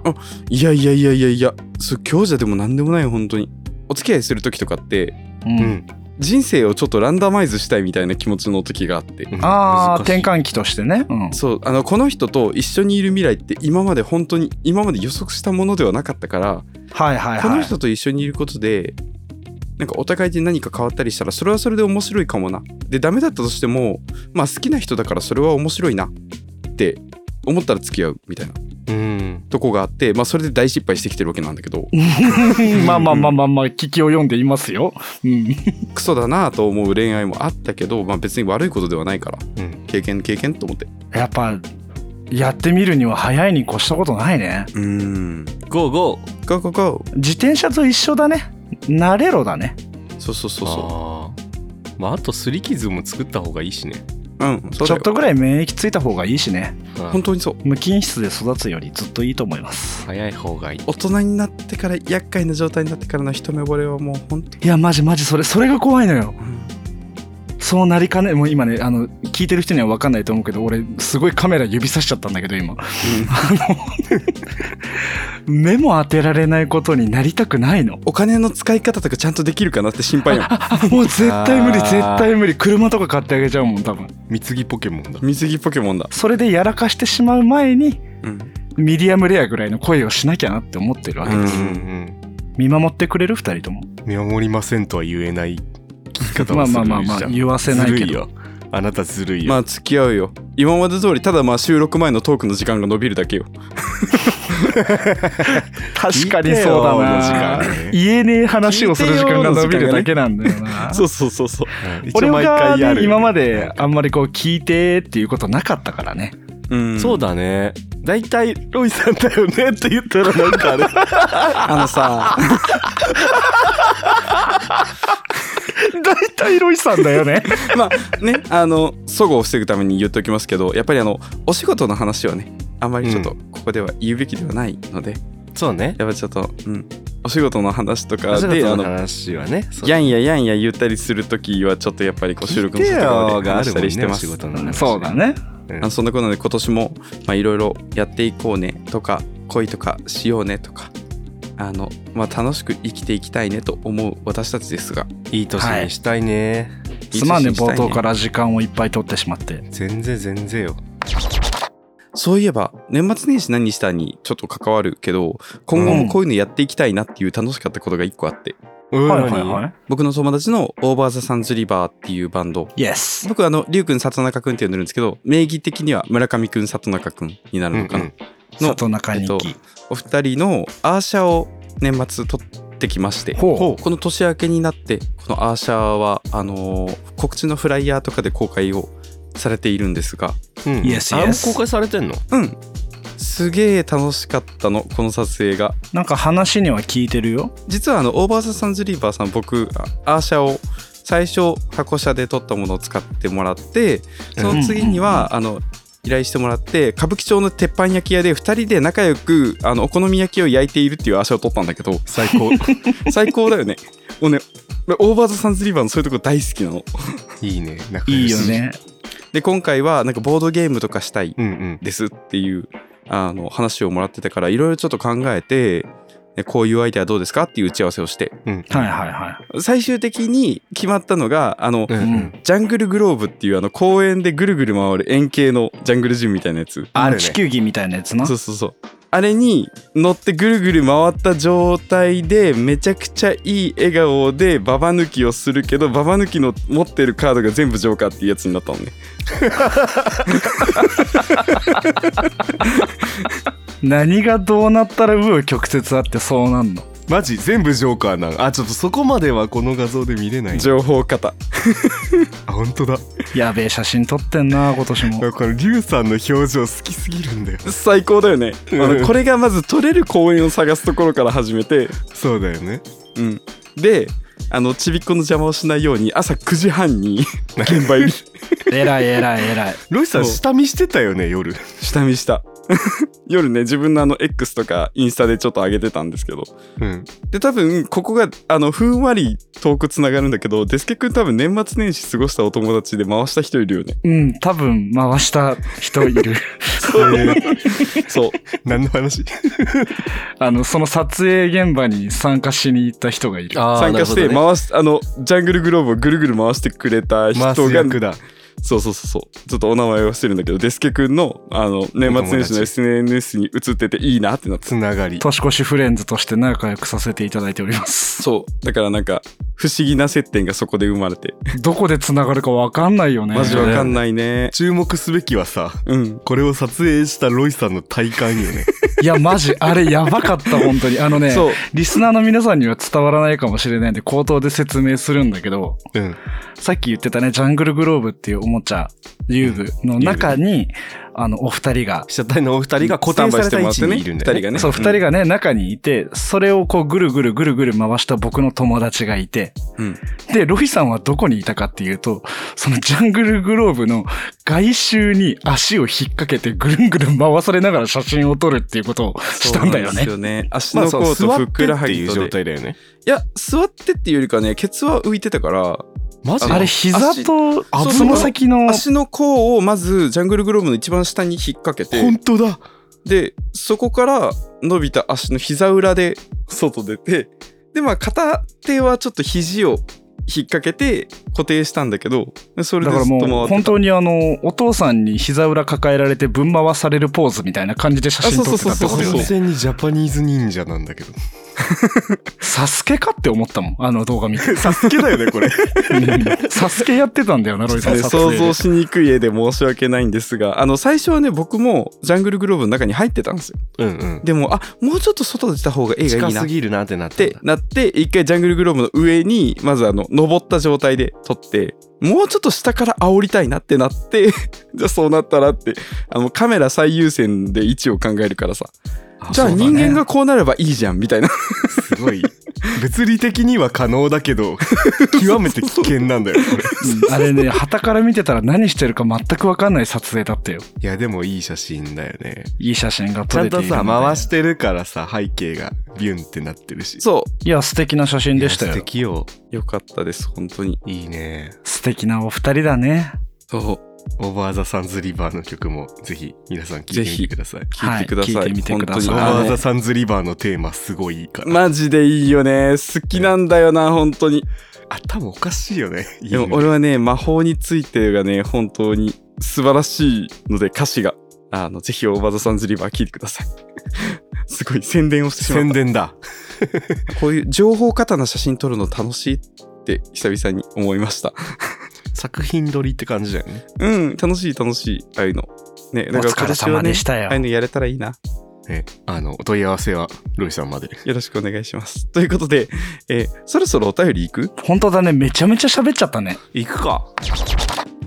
[SPEAKER 1] いやいやいやいやいやそう強者でも何でもないよ本当にお付き合いする時とかって
[SPEAKER 2] う
[SPEAKER 3] うんん
[SPEAKER 1] 人生をちょっとランダマイズしたいみたいな気持ちの時があって
[SPEAKER 2] ああ
[SPEAKER 3] 難しい
[SPEAKER 2] 転換期としてね、うん、
[SPEAKER 1] そうあのこの人と一緒にいる未来って今まで本当に今まで予測したものではなかったから
[SPEAKER 2] はいはいはい
[SPEAKER 1] この人と一緒にいることでなんかお互いで何か変わったりしたらそれはそれで面白いかもなでダメだったとしてもまあ好きな人だからそれは面白いなって思ったら付き合うみたいな
[SPEAKER 3] うん
[SPEAKER 1] とこがあってまあそれで大失敗してきてるわけなんだけど
[SPEAKER 2] まあまあまあまあまあ聞きを読んでいますよ、うん、
[SPEAKER 1] クソだなと思う恋愛もあったけどまあ別に悪いことではないから
[SPEAKER 3] うん
[SPEAKER 1] 経験経験と思って
[SPEAKER 2] やっぱやってみるには早いに越したことないね
[SPEAKER 1] うーん
[SPEAKER 3] ゴーゴー
[SPEAKER 1] ゴーゴーゴー
[SPEAKER 2] 自転車と一緒だね慣れろだね
[SPEAKER 1] そうそうそうそ
[SPEAKER 3] あーまああとすり傷も作った方がいいしね
[SPEAKER 1] ううんそう
[SPEAKER 2] ち
[SPEAKER 1] だよ
[SPEAKER 2] ょっとぐらい免疫ついた方がいいしね
[SPEAKER 1] 本当にそう
[SPEAKER 2] 無菌室で育つよりずっといいと思います
[SPEAKER 3] 早い方がいい
[SPEAKER 1] 大人になってから厄介な状態になってからの一目惚れはもう本当
[SPEAKER 2] いやマジマジそれそれが怖いのよ
[SPEAKER 1] うん
[SPEAKER 2] そうなりかねもう今ねあの聞いてる人には分かんないと思うけど俺すごいカメラ指さしちゃったんだけど今目も当てられないことになりたくないの
[SPEAKER 1] お金の使い方とかちゃんとできるかなって心配 や
[SPEAKER 2] あもう絶対無理
[SPEAKER 3] あ
[SPEAKER 2] 絶
[SPEAKER 3] ー
[SPEAKER 2] 対無理車とか買ってあげちゃうもん多分
[SPEAKER 3] 三つぎポケモンだ
[SPEAKER 1] ん水着ポケモンだ、
[SPEAKER 2] それでやらかしてしまう前に
[SPEAKER 1] うん、
[SPEAKER 2] ミディアムレアぐらいの恋をしなきゃなって思ってるわけ、
[SPEAKER 1] うん
[SPEAKER 3] うん
[SPEAKER 2] 見守ってくれる2人とも
[SPEAKER 3] 見守りませんとは言えない聞き方
[SPEAKER 2] ま
[SPEAKER 3] を
[SPEAKER 2] あ
[SPEAKER 3] する
[SPEAKER 2] まあまあまあ言わせないけど
[SPEAKER 3] ずるいよあなたずるいよ、
[SPEAKER 1] まあ付き合うよ今まで通りただまあ収録前のトークの時間が伸びるだけよ
[SPEAKER 2] 確かにそうだ
[SPEAKER 3] 見てよ
[SPEAKER 2] な
[SPEAKER 3] この時間
[SPEAKER 2] 言えねえ話をする時間が伸びるだけなんだよな
[SPEAKER 1] そうそうそうそう
[SPEAKER 3] はい一
[SPEAKER 2] 俺
[SPEAKER 3] 応毎
[SPEAKER 2] が
[SPEAKER 3] 回や
[SPEAKER 2] ね
[SPEAKER 3] る
[SPEAKER 2] 今まであんまりこう聞いてっていうことなかったからね
[SPEAKER 1] うん
[SPEAKER 3] そうだね大体ロイさんだよねって言ったらなんかあれ
[SPEAKER 1] あの さ
[SPEAKER 2] 大体ロイさんだよね
[SPEAKER 1] まあねあの齟齬を防ぐために言っておきますけどやっぱりあのお仕事の話はねあまりちょっと
[SPEAKER 3] う
[SPEAKER 1] ここでは言うべきではないので、
[SPEAKER 3] そうね
[SPEAKER 1] やっぱちょっと、うん、お仕事の話と
[SPEAKER 3] お
[SPEAKER 1] か
[SPEAKER 3] 仕
[SPEAKER 1] であ
[SPEAKER 3] 事の
[SPEAKER 1] の
[SPEAKER 3] 話はねそう
[SPEAKER 1] やんややんや言ったりするときはちょっとやっぱりこう収録の
[SPEAKER 3] 聞いて
[SPEAKER 1] ところ
[SPEAKER 3] よ
[SPEAKER 1] で
[SPEAKER 3] があ
[SPEAKER 1] 話し
[SPEAKER 3] る
[SPEAKER 1] た
[SPEAKER 3] もん
[SPEAKER 1] りして
[SPEAKER 3] ねお
[SPEAKER 1] ま
[SPEAKER 3] 仕
[SPEAKER 1] す
[SPEAKER 3] 事の話
[SPEAKER 2] そうだね
[SPEAKER 3] うん
[SPEAKER 1] あそんなことなので今年もまあいろいろやっていこうねとか恋とかしようねとかあの、まあ、楽しく生きていきたいねと思う私たちですが
[SPEAKER 3] いい年にしたいね、
[SPEAKER 2] すまんね冒頭からら時間をいっぱい取ってしまって
[SPEAKER 3] 全然全然よ
[SPEAKER 1] そういえば年末年始何したにちょっと関わるけど今後もこういうのやっていきたいなっていう楽しかったことが一個あって、
[SPEAKER 2] はいはいはい
[SPEAKER 1] 僕の友達のオーバー・ザ・サンズ・リバーっていうバンド
[SPEAKER 2] イエス
[SPEAKER 1] 僕あのリュウくん里中くんって呼んでるんですけど名義的には村上くん里中くんになるのかな、の
[SPEAKER 2] 里中日
[SPEAKER 1] えっ
[SPEAKER 2] 記
[SPEAKER 1] お二人のアーシャを年末撮ってきまして
[SPEAKER 2] ほ
[SPEAKER 1] この年明けになってこのアーシャはあのー告知のフライヤーとかで公開をされているんですが
[SPEAKER 3] うんうん
[SPEAKER 2] イエスイエス
[SPEAKER 3] あれも公開されてんの
[SPEAKER 1] うんすげえ楽しかったのこの撮影が
[SPEAKER 2] うなんか話には聞いてるよ
[SPEAKER 1] 実はあのオーバーザサンズリーバーさん僕あアーシャを最初箱車で撮ったものを使ってもらってその次には、あの依頼してもらって歌舞伎町の鉄板焼き屋で2人で仲良くあのお好み焼きを焼いているっていうアーシャを撮ったんだけど最高最高だよねもうね俺オーバーザサンズリーバーのそういうとこ大好きなの
[SPEAKER 3] いいね仲良し
[SPEAKER 2] いいよね
[SPEAKER 1] で今回はなんかボードゲームとかしたい
[SPEAKER 3] うんうん
[SPEAKER 1] ですっていうあの話をもらってたからいろいろちょっと考えてねこういうアイデアどうですかっていう打ち合わせをして
[SPEAKER 3] うん
[SPEAKER 2] はいはいはい
[SPEAKER 1] 最終的に決まったのがあの、
[SPEAKER 3] うんうん
[SPEAKER 1] ジャングルグローブっていうあの公園でぐるぐる回る円形のジャングルジムみたいなやつ
[SPEAKER 3] あるね
[SPEAKER 2] 地球儀みたいなやつな
[SPEAKER 1] そうそうそうあれに乗ってぐるぐる回った状態でめちゃくちゃいい笑顔でババ抜きをするけどババ抜きの持ってるカードが全部ジョーカーっていうやつになったのね
[SPEAKER 2] 何がどうなったら紆余曲折あってそうなんの
[SPEAKER 3] マジ全部ジョーカーなんあちょっとそこまではこの画像で見れない
[SPEAKER 1] 情報型
[SPEAKER 3] あ本当だ
[SPEAKER 2] やべえ写真撮ってんな今年 も
[SPEAKER 3] このリュウさんの表情好きすぎるんだよ
[SPEAKER 1] 最高だよねあ
[SPEAKER 3] うん
[SPEAKER 1] のこれがまず取れる公園を探すところから始めて
[SPEAKER 3] そうだよね
[SPEAKER 1] うんであのちびっこの邪魔をしないように朝9時半に現場入り
[SPEAKER 2] えらいえらいえらい
[SPEAKER 3] ロイさん
[SPEAKER 1] そう
[SPEAKER 3] 下見してたよね夜
[SPEAKER 1] 下見した 夜ね自分のあの X とかインスタでちょっと上げてたんですけど
[SPEAKER 3] うん
[SPEAKER 1] で多分ここがあのふんわり遠くつながるんだけどデスケ君多分年末年始過ごしたお友達で回した人いるよ ね
[SPEAKER 2] うん多分回した人いる
[SPEAKER 1] そう
[SPEAKER 3] 何の 話
[SPEAKER 2] あのその撮影現場に参加しに行った人がいる
[SPEAKER 1] 参加して回す、あのジャングルグローブをぐるぐる回してくれた人
[SPEAKER 3] マス
[SPEAKER 1] が
[SPEAKER 3] 役だ
[SPEAKER 1] そうそうそうそうちょっとお名前をしてるんだけどデスケ君のあの年末年始の SNS に映ってていいなってなって
[SPEAKER 3] つながり
[SPEAKER 2] 年越しフレンズとして仲良くさせていただいております
[SPEAKER 1] そうだからなんか不思議な接点がそこで生まれて
[SPEAKER 2] どこで繋がるか分かんないよね
[SPEAKER 1] マジわかん
[SPEAKER 2] い
[SPEAKER 1] ないね
[SPEAKER 3] 注目すべきはさ
[SPEAKER 1] うん
[SPEAKER 3] これを撮影したロイさんの体感よ ね
[SPEAKER 2] いやマジあれやばかった本当にあのね
[SPEAKER 1] そう
[SPEAKER 2] リスナーの皆さんには伝わらないかもしれないんで口頭で説明するんだけど
[SPEAKER 3] うん
[SPEAKER 2] さっき言ってたねジャングルグローブっていうおもちゃ遊具の中にあのお二人が
[SPEAKER 3] 被写体のお二人が固定された位置にいるんだよ
[SPEAKER 1] スタンバイしてもら
[SPEAKER 3] ね
[SPEAKER 1] ってね二人が
[SPEAKER 2] そ
[SPEAKER 1] う
[SPEAKER 2] う、
[SPEAKER 1] ん
[SPEAKER 2] 二人がね、中にいて、それをこう、ぐるぐるぐるぐる回した僕の友達がいて、
[SPEAKER 1] うん
[SPEAKER 2] で、ロヒさんはどこにいたかっていうと、そのジャングルグローブの外周に足を引っ掛けて、ぐるんぐるん回されながら写真を撮るっていうことをしたんだよ
[SPEAKER 1] そうなんです
[SPEAKER 2] ね。
[SPEAKER 1] よね足
[SPEAKER 3] まあ
[SPEAKER 1] の
[SPEAKER 3] そ
[SPEAKER 1] 甲
[SPEAKER 3] う
[SPEAKER 1] と
[SPEAKER 3] 座
[SPEAKER 1] ふ
[SPEAKER 3] っ
[SPEAKER 1] ってくら
[SPEAKER 3] っ
[SPEAKER 1] は
[SPEAKER 3] てい
[SPEAKER 1] ぎ
[SPEAKER 3] う
[SPEAKER 1] と
[SPEAKER 3] 状
[SPEAKER 1] で
[SPEAKER 3] 態だよね
[SPEAKER 1] いや座ってっていうよりかねケツは浮いてたから
[SPEAKER 3] マ
[SPEAKER 1] ジ
[SPEAKER 2] あれ、膝と
[SPEAKER 1] 足
[SPEAKER 2] つま先の、
[SPEAKER 1] 足の甲をまずジャングルグローブの一番下に引っ掛けて
[SPEAKER 3] 本当だ
[SPEAKER 1] でそこから伸びた足の膝裏で外出てでまあ片手はちょっと肘を引っ掛けて固定したんだけどそれ
[SPEAKER 2] だ
[SPEAKER 1] で
[SPEAKER 2] か
[SPEAKER 1] ず
[SPEAKER 2] ら
[SPEAKER 1] っと回
[SPEAKER 2] もう
[SPEAKER 1] って
[SPEAKER 2] 本当にあのお父さんに膝裏抱えられてぶん回されるポーズみたいな感じで写真撮ってたってこと
[SPEAKER 1] そうそう
[SPEAKER 2] よね
[SPEAKER 1] そう
[SPEAKER 3] 完全にジャパニーズ忍者なんだけど
[SPEAKER 2] サスケかって思ったもん、あの動画見 て。
[SPEAKER 1] サスケだよね、これ。
[SPEAKER 2] サスケやってたんだよな、ロイさん。撮
[SPEAKER 1] 想
[SPEAKER 2] 影
[SPEAKER 1] 像しにくい絵で申し訳ないんですが、あの、最初はね、僕もジャングルグローブの中に入ってたんですよ。
[SPEAKER 3] うんうん。
[SPEAKER 1] でも、あ、もうちょっと外出た方が絵が
[SPEAKER 3] 近
[SPEAKER 1] いいな
[SPEAKER 3] す
[SPEAKER 1] っ
[SPEAKER 3] ぎるなってなって
[SPEAKER 1] て
[SPEAKER 3] た。
[SPEAKER 1] なって、一回ジャングルグローブの上に、まずあの、登った状態で撮って、もうちょっと下から煽りたいなってなって、 じゃあそうなったらって、あの、カメラ最優先で位置を考えるからさ、じゃあ
[SPEAKER 3] そうだ
[SPEAKER 1] 人
[SPEAKER 3] ね
[SPEAKER 1] 間がこうなればいいじゃん、みたい な。
[SPEAKER 4] すごい。物理的には可能だけど、極めて危険なんだよ、これ。
[SPEAKER 2] うんあれね、旗から見てたら何してるか全くわかんない撮影だったよ。
[SPEAKER 4] いや、でもいい写真だよね。
[SPEAKER 2] いい写真が
[SPEAKER 4] ち
[SPEAKER 2] 撮
[SPEAKER 4] ゃ
[SPEAKER 2] れ
[SPEAKER 4] ん
[SPEAKER 2] てい
[SPEAKER 4] と
[SPEAKER 2] るの
[SPEAKER 4] さ、
[SPEAKER 2] で
[SPEAKER 4] 回してるからさ、背景がビュンってなってるし。
[SPEAKER 1] そ
[SPEAKER 2] いや、素敵な写真でした
[SPEAKER 4] 素
[SPEAKER 2] よ。
[SPEAKER 4] 敵よ。
[SPEAKER 1] う。よかったです、本当に。
[SPEAKER 4] いいね。
[SPEAKER 2] 素敵なお二人だね。
[SPEAKER 1] そう。
[SPEAKER 4] オーバーザサンズリバーの曲もぜひ皆さん聴いてみてください。
[SPEAKER 1] 聞いてください。
[SPEAKER 2] はい聞いてみてください
[SPEAKER 4] オー
[SPEAKER 1] 本当に
[SPEAKER 4] バ
[SPEAKER 1] あ
[SPEAKER 4] ー
[SPEAKER 1] の
[SPEAKER 4] ザサンズリバーのテーマすごいいいから。
[SPEAKER 1] マジでいいよね。好きなんだよな、本当に。
[SPEAKER 4] 頭おかしいよね。
[SPEAKER 1] でも俺はね、魔法についてがね、本当に素晴らしいので、歌詞が。あの、ぜひ、オーバーザサンズリバー聞いてください。 すごい宣伝をしてしま
[SPEAKER 4] 宣
[SPEAKER 1] っ
[SPEAKER 4] 伝だ。
[SPEAKER 1] た。こういう情報過多な写真撮るの楽しいって久々に思いました。
[SPEAKER 4] 作品撮りって感じだよね。
[SPEAKER 1] うん、楽しい楽しい、ああいうの。ね、
[SPEAKER 2] お疲れ様でし
[SPEAKER 1] ね、
[SPEAKER 2] たよ
[SPEAKER 1] ああいう。のやれたらいいな。
[SPEAKER 4] え、あの、お問い合わせはロイさんまで。
[SPEAKER 1] よろしくお願いします。ということで、えーそろそろお便り行く
[SPEAKER 2] 本当だね、めちゃめちゃ喋っちゃったね。
[SPEAKER 4] 行くか。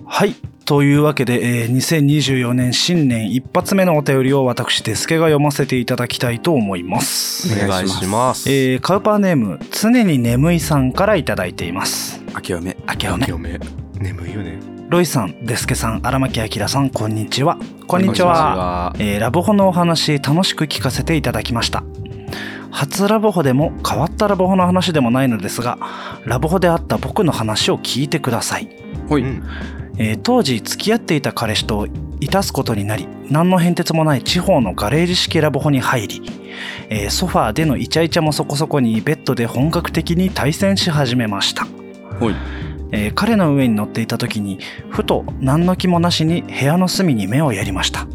[SPEAKER 2] はい。というわけで、えー2024年新年一発目のお便りを私、デスケが読ませていただきたいと思います。
[SPEAKER 1] お願いします
[SPEAKER 4] ますえ
[SPEAKER 2] えーカウパーネーム、常に眠いさんからいただいています。
[SPEAKER 1] 明けおめ。
[SPEAKER 2] 明けお
[SPEAKER 4] ー、
[SPEAKER 2] め。
[SPEAKER 4] 嫁。眠いよね。
[SPEAKER 2] ロイさん、デスケさん、荒牧明さん、こんにちは。こん
[SPEAKER 4] こ
[SPEAKER 2] にち
[SPEAKER 4] んにち
[SPEAKER 2] は
[SPEAKER 4] は。
[SPEAKER 2] えーラボホのお話楽しく聞かせていただきました初ラボホでも変わったラボホの話でもないのですがラボホであった僕の話を聞いてください、
[SPEAKER 1] ほい。
[SPEAKER 4] うん
[SPEAKER 2] えー当時付き合っていた彼氏といたすことになり何の変哲もない地方のガレージ式ラボホに入り、えーソファーでのイチャイチャもそこそこにベッドで本格的に対戦し始めました
[SPEAKER 1] ほい。
[SPEAKER 2] えー彼の上に乗っていた時にふと何の気もなしに部屋の隅に目をやりました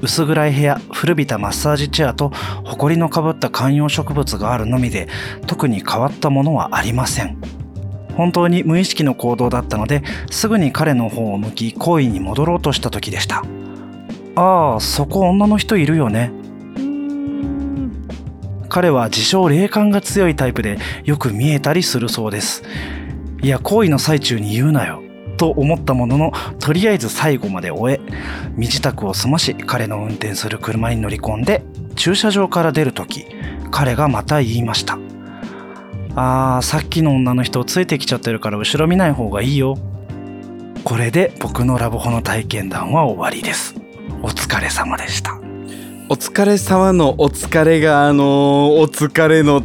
[SPEAKER 2] 薄暗い部屋古びたマッサージチェアと埃のかぶった観葉植物があるのみで特に変わったものはありません本当に無意識の行動だったのですぐに彼の方を向き行為に戻ろうとした時でしたああそこ女の人いるよね彼は自称霊感が強いタイプでよく見えたりするそうですいや行為の最中に言うなよと思ったもののとりあえず最後まで終え身支度を済まし彼の運転する車に乗り込んで駐車場から出る時彼がまた言いましたあーさっきの女の人ついてきちゃってるから後ろ見ない方がいいよこれで僕のラボホの体験談は終わりですお疲れ様でした
[SPEAKER 1] お疲れ様のお疲れが、あのーお疲れの、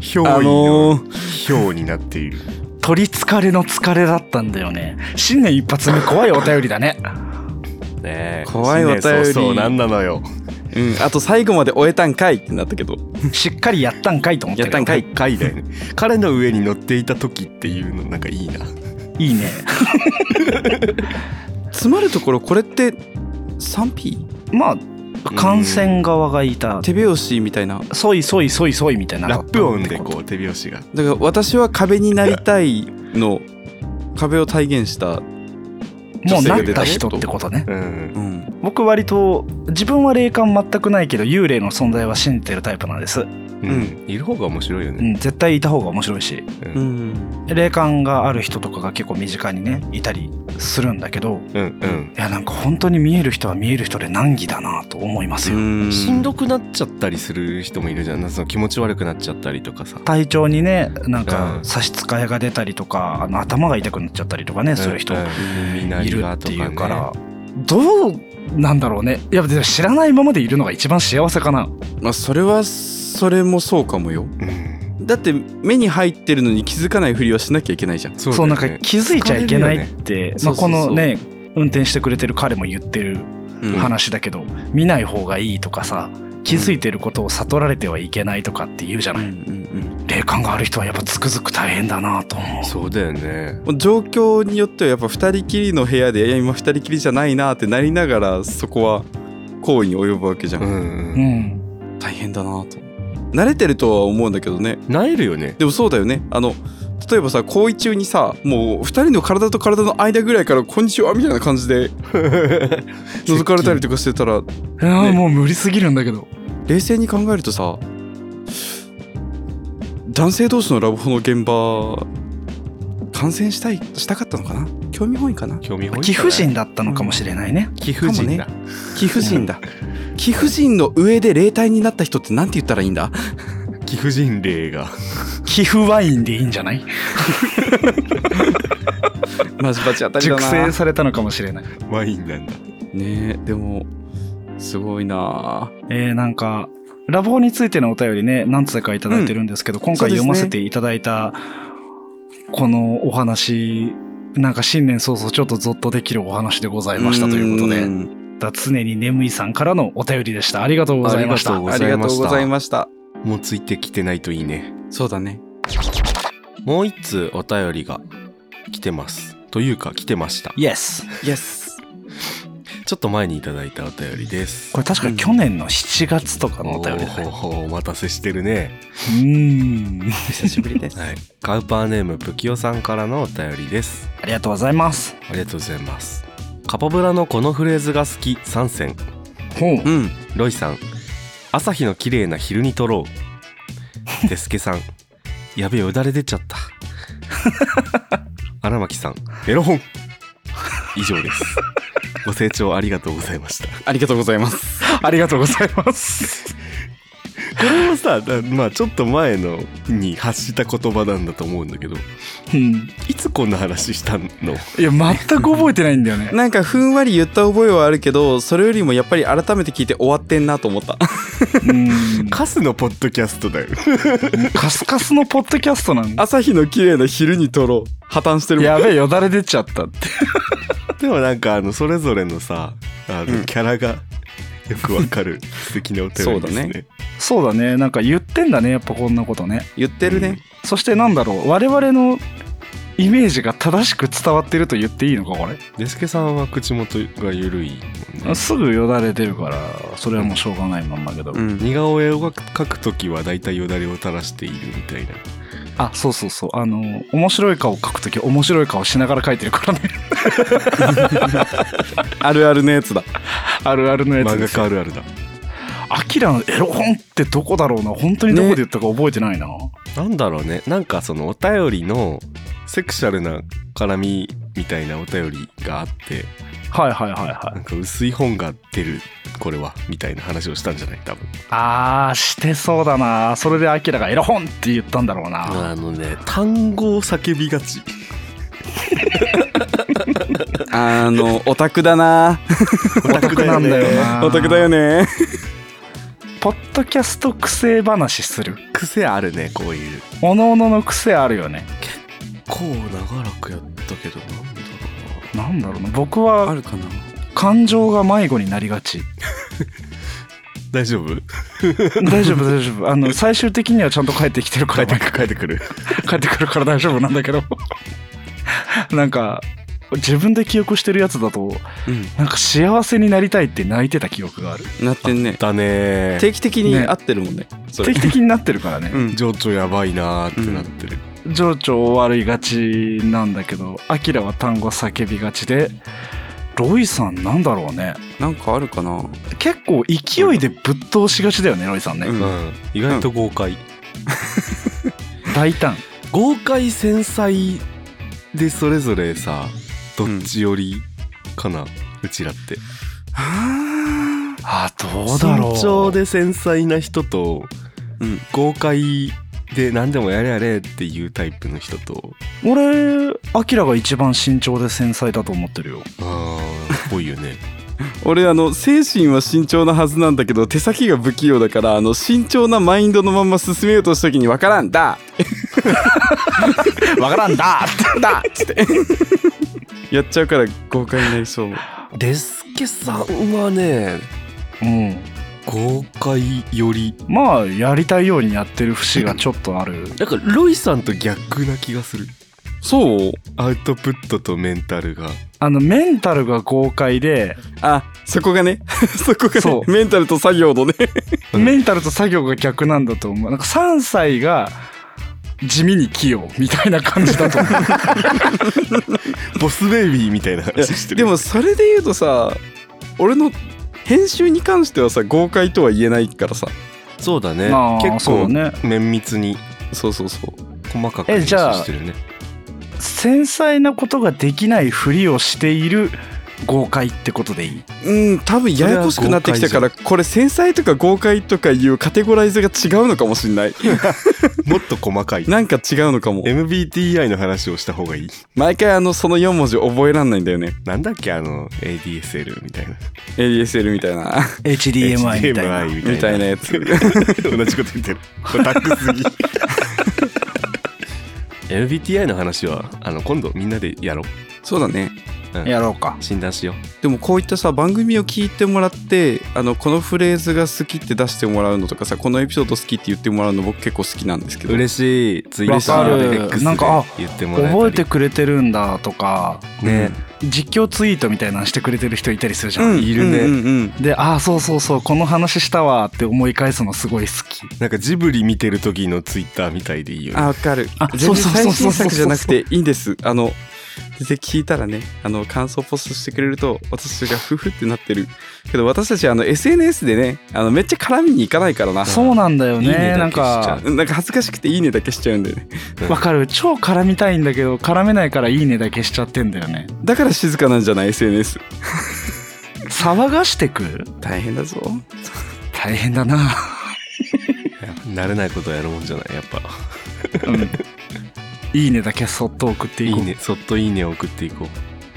[SPEAKER 4] 憑依
[SPEAKER 1] あの
[SPEAKER 4] の
[SPEAKER 1] ー
[SPEAKER 4] 憑になっている。
[SPEAKER 2] 取りつかれの疲れだったんだよね新年一発目怖いお便りだね
[SPEAKER 3] ねえ
[SPEAKER 1] 怖いお便り
[SPEAKER 4] そうそう、なんなのよ。
[SPEAKER 1] うん、あと最後まで終えたんかいってなったけど、
[SPEAKER 2] しっかりやったんかいと思って
[SPEAKER 1] やったん
[SPEAKER 2] る
[SPEAKER 1] かい。
[SPEAKER 4] 回だよね。彼の上に乗っていた時っていうのなんかいいな。
[SPEAKER 2] いいね
[SPEAKER 1] 詰まるところ、これって 3P?
[SPEAKER 2] まあ感染側がいた
[SPEAKER 1] 手拍子みたいな。
[SPEAKER 2] そいそいそいそいみたいな
[SPEAKER 4] ラップ音でこう手拍子が。
[SPEAKER 1] だから、私は壁になりたいの、壁を体現した。
[SPEAKER 2] もうなった人ってことね
[SPEAKER 4] うん。
[SPEAKER 1] うん。
[SPEAKER 2] 僕割と自分は霊感全くないけど幽霊の存在は信じてるタイプなんです、う
[SPEAKER 4] うんん。いる方が面白いよね。
[SPEAKER 2] ん、絶対いた方が面白いし
[SPEAKER 4] うん
[SPEAKER 1] うん。
[SPEAKER 2] 霊感がある人とかが結構身近にねいたりするんだけど
[SPEAKER 4] うん
[SPEAKER 2] いやなんか本当に見える人は見える人で難儀だなと思いますよ、
[SPEAKER 1] ん
[SPEAKER 3] しんどくなっちゃったりする人もいるじゃんなんかその気持ち悪くなっちゃったりとかさ
[SPEAKER 2] 体調にねなんか
[SPEAKER 4] うん
[SPEAKER 2] 差し支えが出たりとかあの頭が痛くなっちゃったりとかねする人
[SPEAKER 4] うん耳鳴
[SPEAKER 2] い
[SPEAKER 4] り
[SPEAKER 2] る
[SPEAKER 4] が
[SPEAKER 2] っ
[SPEAKER 4] と
[SPEAKER 2] て
[SPEAKER 4] か、ね、
[SPEAKER 2] いうからどうなんだろうねいやでも知らないままでいるのが一番幸せかな
[SPEAKER 1] まあ、それは、それもそうかもよ。
[SPEAKER 4] うん
[SPEAKER 1] だって、目に入ってるのに気づかないふりはしなきゃいけないじゃん。
[SPEAKER 4] そうだよね
[SPEAKER 2] そうなんか気づいちゃいけないって、まあ、
[SPEAKER 1] そ
[SPEAKER 2] こ
[SPEAKER 1] うそうそう
[SPEAKER 2] のね運転してくれてる彼も言ってる
[SPEAKER 1] うん
[SPEAKER 2] 話だけど、見ない方がいいとかさ気づいてることを悟られてはいけないとかって言うじゃ
[SPEAKER 1] う
[SPEAKER 2] なんい、
[SPEAKER 1] うん
[SPEAKER 2] 霊感がある人はやっぱつくづく大変だなと思う
[SPEAKER 3] そうだよね
[SPEAKER 1] うん、状況によってはやっぱ二人きりの部屋でいや今二人きりじゃないなってなりながらそこは行為に及ぶわけじゃん、
[SPEAKER 4] うんう、
[SPEAKER 2] うんん
[SPEAKER 1] 大変だなと慣れてるとは思うんだけどね
[SPEAKER 3] なえるよね
[SPEAKER 1] でもそうだよねあの例えばさ行為中にさもう2人の体と体の間ぐらいから「こんにちは」みたいな感じ で覗かれたりとかしてたら
[SPEAKER 2] ああもう無理すぎるんだけど
[SPEAKER 1] 冷静に考えるとさ男性同士のラブホの現場感染したいしたかったのかな興味本位かな
[SPEAKER 3] 興味本位かな
[SPEAKER 2] 貴婦人だったのかもしれないね、
[SPEAKER 3] 貴婦人だ、
[SPEAKER 1] か貴婦人 だ貴婦人の上で霊体になった人ってなんて言ったらいいん だ
[SPEAKER 4] 貴婦人霊 が
[SPEAKER 2] 貴婦ワインでいいんじゃない
[SPEAKER 1] マジバチ当たりだ
[SPEAKER 2] 熟
[SPEAKER 1] な
[SPEAKER 2] 成されたのかもしれない
[SPEAKER 4] ワインなんだ
[SPEAKER 1] ねえでもすごいなあ
[SPEAKER 2] えー、なんかラボについてのお便りね何つかいただいてるんですけど、今
[SPEAKER 1] そう
[SPEAKER 2] 回
[SPEAKER 1] ですね
[SPEAKER 2] 読ませていただいたこのお話なんか新年早々ちょっとゾッとできるお話でございましたということで
[SPEAKER 1] ん
[SPEAKER 2] だ常に眠いさんからのお便りでしたありがとうございました
[SPEAKER 3] ありがとうございま
[SPEAKER 1] ありがと
[SPEAKER 3] す
[SPEAKER 1] うございました
[SPEAKER 3] もうついてきてないといいね
[SPEAKER 1] そうだね
[SPEAKER 3] もう一通お便りが来てますというか来てました
[SPEAKER 2] イエス
[SPEAKER 1] イエス
[SPEAKER 3] ちょっと前にいただいたお便りです
[SPEAKER 2] これ確か去年の7月とかの
[SPEAKER 3] お
[SPEAKER 2] お便りだね
[SPEAKER 3] おおお待たせしてるね
[SPEAKER 2] うーん
[SPEAKER 1] 久しぶり です
[SPEAKER 3] はいカウパーネームプキオさんからのお便りです
[SPEAKER 2] ありがとうございます
[SPEAKER 3] ありがとうございますカポブラのこのフレーズが好き参戦
[SPEAKER 2] ほう
[SPEAKER 1] うん
[SPEAKER 3] ロイさん朝日の綺麗な昼に撮ろうデスケさんやべえよだれ出ちゃった 荒牧さんエロ本以上ですご清聴ありがとうございました
[SPEAKER 1] ありがとうございます
[SPEAKER 2] ありがとうございます
[SPEAKER 3] これもさだまあちょっと前のに発した言葉なんだと思うんだけど
[SPEAKER 2] うん
[SPEAKER 3] いつこんな話したの
[SPEAKER 2] いや全く覚えてないんだよね
[SPEAKER 1] なんかふんわり言った覚えはあるけどそれよりもやっぱり改めて聞いて終わってんなと思った
[SPEAKER 2] うん
[SPEAKER 4] カスのポッドキャスト だよ
[SPEAKER 2] カスカスのポッドキャストなんだ
[SPEAKER 1] 朝日の綺麗な昼に撮ろう破綻してるもん
[SPEAKER 2] やべえよだれ出ちゃったって
[SPEAKER 4] でもなんかあのそれぞれのさあのキャラがよくわかる素敵なお便りです
[SPEAKER 1] そうだ
[SPEAKER 4] ね
[SPEAKER 2] そうだねなんか言ってんだねやっぱこんなことね
[SPEAKER 1] 言ってるね、
[SPEAKER 2] そしてなんだろう我々のイメージが正しく伝わってると言っていいのかこれ、
[SPEAKER 3] デスケさんは口元が緩いもんね
[SPEAKER 2] すぐよだれ出るからそれはもうしょうがないもんだけど、
[SPEAKER 1] うん
[SPEAKER 3] 似顔絵を描くときはだいたいよだれを垂らしているみたいな
[SPEAKER 2] あそうそうそうあの面白い顔を描くとき面白い顔しながら描いてるからね
[SPEAKER 1] あるあるのやつだ
[SPEAKER 2] あるあるのやつ
[SPEAKER 3] 漫
[SPEAKER 2] で
[SPEAKER 3] 画
[SPEAKER 2] す
[SPEAKER 3] 家あるあるだ
[SPEAKER 2] アキラのエロ本ってどこだろうな本当にどこで言ったか覚えてないな、
[SPEAKER 3] なんだろうねなんかそのお便りのセクシャルな絡みみたいなお便りがあって
[SPEAKER 2] はいはいはいは
[SPEAKER 3] ないんか薄い本が出るこれはみたいな話をしたんじゃない多分
[SPEAKER 2] あーしてそうだなそれでアキラがエロ本って言ったんだろうな、
[SPEAKER 3] あのね単語を叫びがち
[SPEAKER 1] あのオタクだな
[SPEAKER 2] オタクなんだよな
[SPEAKER 1] オタクだよね
[SPEAKER 2] ポッドキャスト癖話する
[SPEAKER 3] 癖あるねこういう
[SPEAKER 2] おのおのの癖あるよね
[SPEAKER 3] こう長らくやったけどなんだ
[SPEAKER 2] なんだ
[SPEAKER 3] ろ
[SPEAKER 2] ろうな僕
[SPEAKER 1] あ
[SPEAKER 2] は
[SPEAKER 1] るかな
[SPEAKER 2] 感情が迷子になりがち
[SPEAKER 3] うな大丈 夫
[SPEAKER 2] 大丈夫大丈夫あの最終的にはちゃんと帰ってきてるか
[SPEAKER 4] 帰
[SPEAKER 2] ら
[SPEAKER 4] ってく る帰ってくる
[SPEAKER 2] 帰ってくるから大丈夫なんだけどなんか自分で記憶してるやつだと
[SPEAKER 1] う
[SPEAKER 2] なんか幸せになりたいって泣いてた記憶がある
[SPEAKER 1] んなってんね
[SPEAKER 3] だね
[SPEAKER 1] 定期的に合ってるもんねそれ
[SPEAKER 2] 定期的になってるからね
[SPEAKER 1] うん
[SPEAKER 3] 情緒やばいなーってなってる、
[SPEAKER 2] 情緒を悪いがちなんだけどアキラは単語叫びがちでロイさんなんだろうね
[SPEAKER 1] なんかあるかな
[SPEAKER 2] 結構勢いでぶっ通しがちだよねロイさんね、
[SPEAKER 1] うん
[SPEAKER 3] うん意外と豪快、
[SPEAKER 2] 大胆
[SPEAKER 3] 豪快繊細でそれぞれさどっちよりかな、うちらって
[SPEAKER 1] は
[SPEAKER 2] あどうだろう
[SPEAKER 3] 慎重で繊細な人と
[SPEAKER 1] うん
[SPEAKER 3] 豪快で何でもやれやれっていうタイプの人と
[SPEAKER 2] 俺アキラが一番慎重で繊細だと思ってるよ
[SPEAKER 3] あーぽいよね
[SPEAKER 1] 俺あの精神は慎重なはずなんだけど手先が不器用だからあの慎重なマインドのまま進めようとした時にわからん だ
[SPEAKER 2] わからんだ
[SPEAKER 1] だっつって やっちゃうから豪快になりそう
[SPEAKER 3] デスケさんはね
[SPEAKER 2] うん
[SPEAKER 3] 豪快より
[SPEAKER 2] まあやりたいようにやってる節がちょっとある
[SPEAKER 3] なんかロイさんと逆な気がする
[SPEAKER 1] そう
[SPEAKER 4] アウトプットとメンタルが
[SPEAKER 2] あのメンタルが豪快で
[SPEAKER 1] あそこがね そこがね
[SPEAKER 2] そう
[SPEAKER 1] メンタルと作業のね
[SPEAKER 4] うん
[SPEAKER 2] メンタルと作業が逆なんだと思うなんか3歳が地味に器用みたいな感じだ と思う
[SPEAKER 4] ボスベイビーみたいな話 してる
[SPEAKER 1] でもそれで言うとさ俺の編集に関してはさ豪快とは言えないからさ
[SPEAKER 4] そうだね
[SPEAKER 2] まあ
[SPEAKER 4] 結
[SPEAKER 2] そ
[SPEAKER 4] 構
[SPEAKER 2] うね
[SPEAKER 4] 綿密に
[SPEAKER 1] そうそうそう
[SPEAKER 4] 細かく
[SPEAKER 2] え
[SPEAKER 4] 編集
[SPEAKER 2] じゃあ
[SPEAKER 4] してる ね
[SPEAKER 2] 繊細なことができないふりをしている豪快ってことでいい
[SPEAKER 1] うん多分ややこしくなってきたからこれ繊細とか豪快とかいうカテゴライズが違うのかもしん ない
[SPEAKER 4] もっと細かい
[SPEAKER 1] なんか違うのかも
[SPEAKER 4] MBTI の話をした方がいい
[SPEAKER 1] 毎回あのその4文字覚えらんないんだよね
[SPEAKER 4] なんだっけあの ADSL みたいな
[SPEAKER 1] ADSL みたいな
[SPEAKER 2] HDMI みたいな
[SPEAKER 4] HDMI
[SPEAKER 1] みたいなやつ
[SPEAKER 4] 同じこと言ってるオタクすぎ
[SPEAKER 3] MBTI の
[SPEAKER 4] 話
[SPEAKER 3] 話
[SPEAKER 4] はあの今度みんなでやろう
[SPEAKER 1] そうだね
[SPEAKER 2] やろうか
[SPEAKER 4] 診断しよ
[SPEAKER 1] でもこういったさ番組を聞いてもらってあのこのフレーズが好きって出してもらうのとかさこのエピソード好きって言ってもらうの僕結構好きなんですけ
[SPEAKER 4] う
[SPEAKER 1] ど
[SPEAKER 4] 嬉しいツイッタ
[SPEAKER 2] わか
[SPEAKER 4] ー
[SPEAKER 2] る
[SPEAKER 4] で X で
[SPEAKER 2] なんかあ
[SPEAKER 4] 言ってもらえたり
[SPEAKER 2] 覚えてくれてるんだとか
[SPEAKER 4] ね
[SPEAKER 2] 実況ツイートみたいなのしてくれてる人いたりするじゃん、
[SPEAKER 4] いるね
[SPEAKER 1] うんうんうん
[SPEAKER 2] でああそうそうそうこの話したわって思い返すのすごい好き
[SPEAKER 4] なんかジブリ見てる時のツイッターみたいでいいよね
[SPEAKER 1] あわかる
[SPEAKER 2] あ
[SPEAKER 1] 全然
[SPEAKER 2] そうそうそうそ
[SPEAKER 1] 最新
[SPEAKER 2] う
[SPEAKER 1] 作じゃなくていいんですあの全然聞いたらねあの感想ポストしてくれると私がフフってなってるけど私たちあの SNS でねあのめっちゃ絡みに行かないからな
[SPEAKER 2] そうなんだよね
[SPEAKER 4] いいね
[SPEAKER 2] な
[SPEAKER 4] だ
[SPEAKER 2] んか
[SPEAKER 4] けし
[SPEAKER 1] なんか恥ずかしくて「いいね」だけしちゃうんだよね
[SPEAKER 2] わかる超絡みたいんだけど絡めないからいいねだけしちゃってんだよね
[SPEAKER 1] だから静かなんじゃない SNS
[SPEAKER 2] 騒がしてく
[SPEAKER 1] 大変だぞ
[SPEAKER 2] 大変だな
[SPEAKER 4] 慣れないことはやるもんじゃないやっぱ
[SPEAKER 2] うんいいねだけそっと送って
[SPEAKER 4] い
[SPEAKER 2] いこう
[SPEAKER 4] いねそっといいねを送っていこ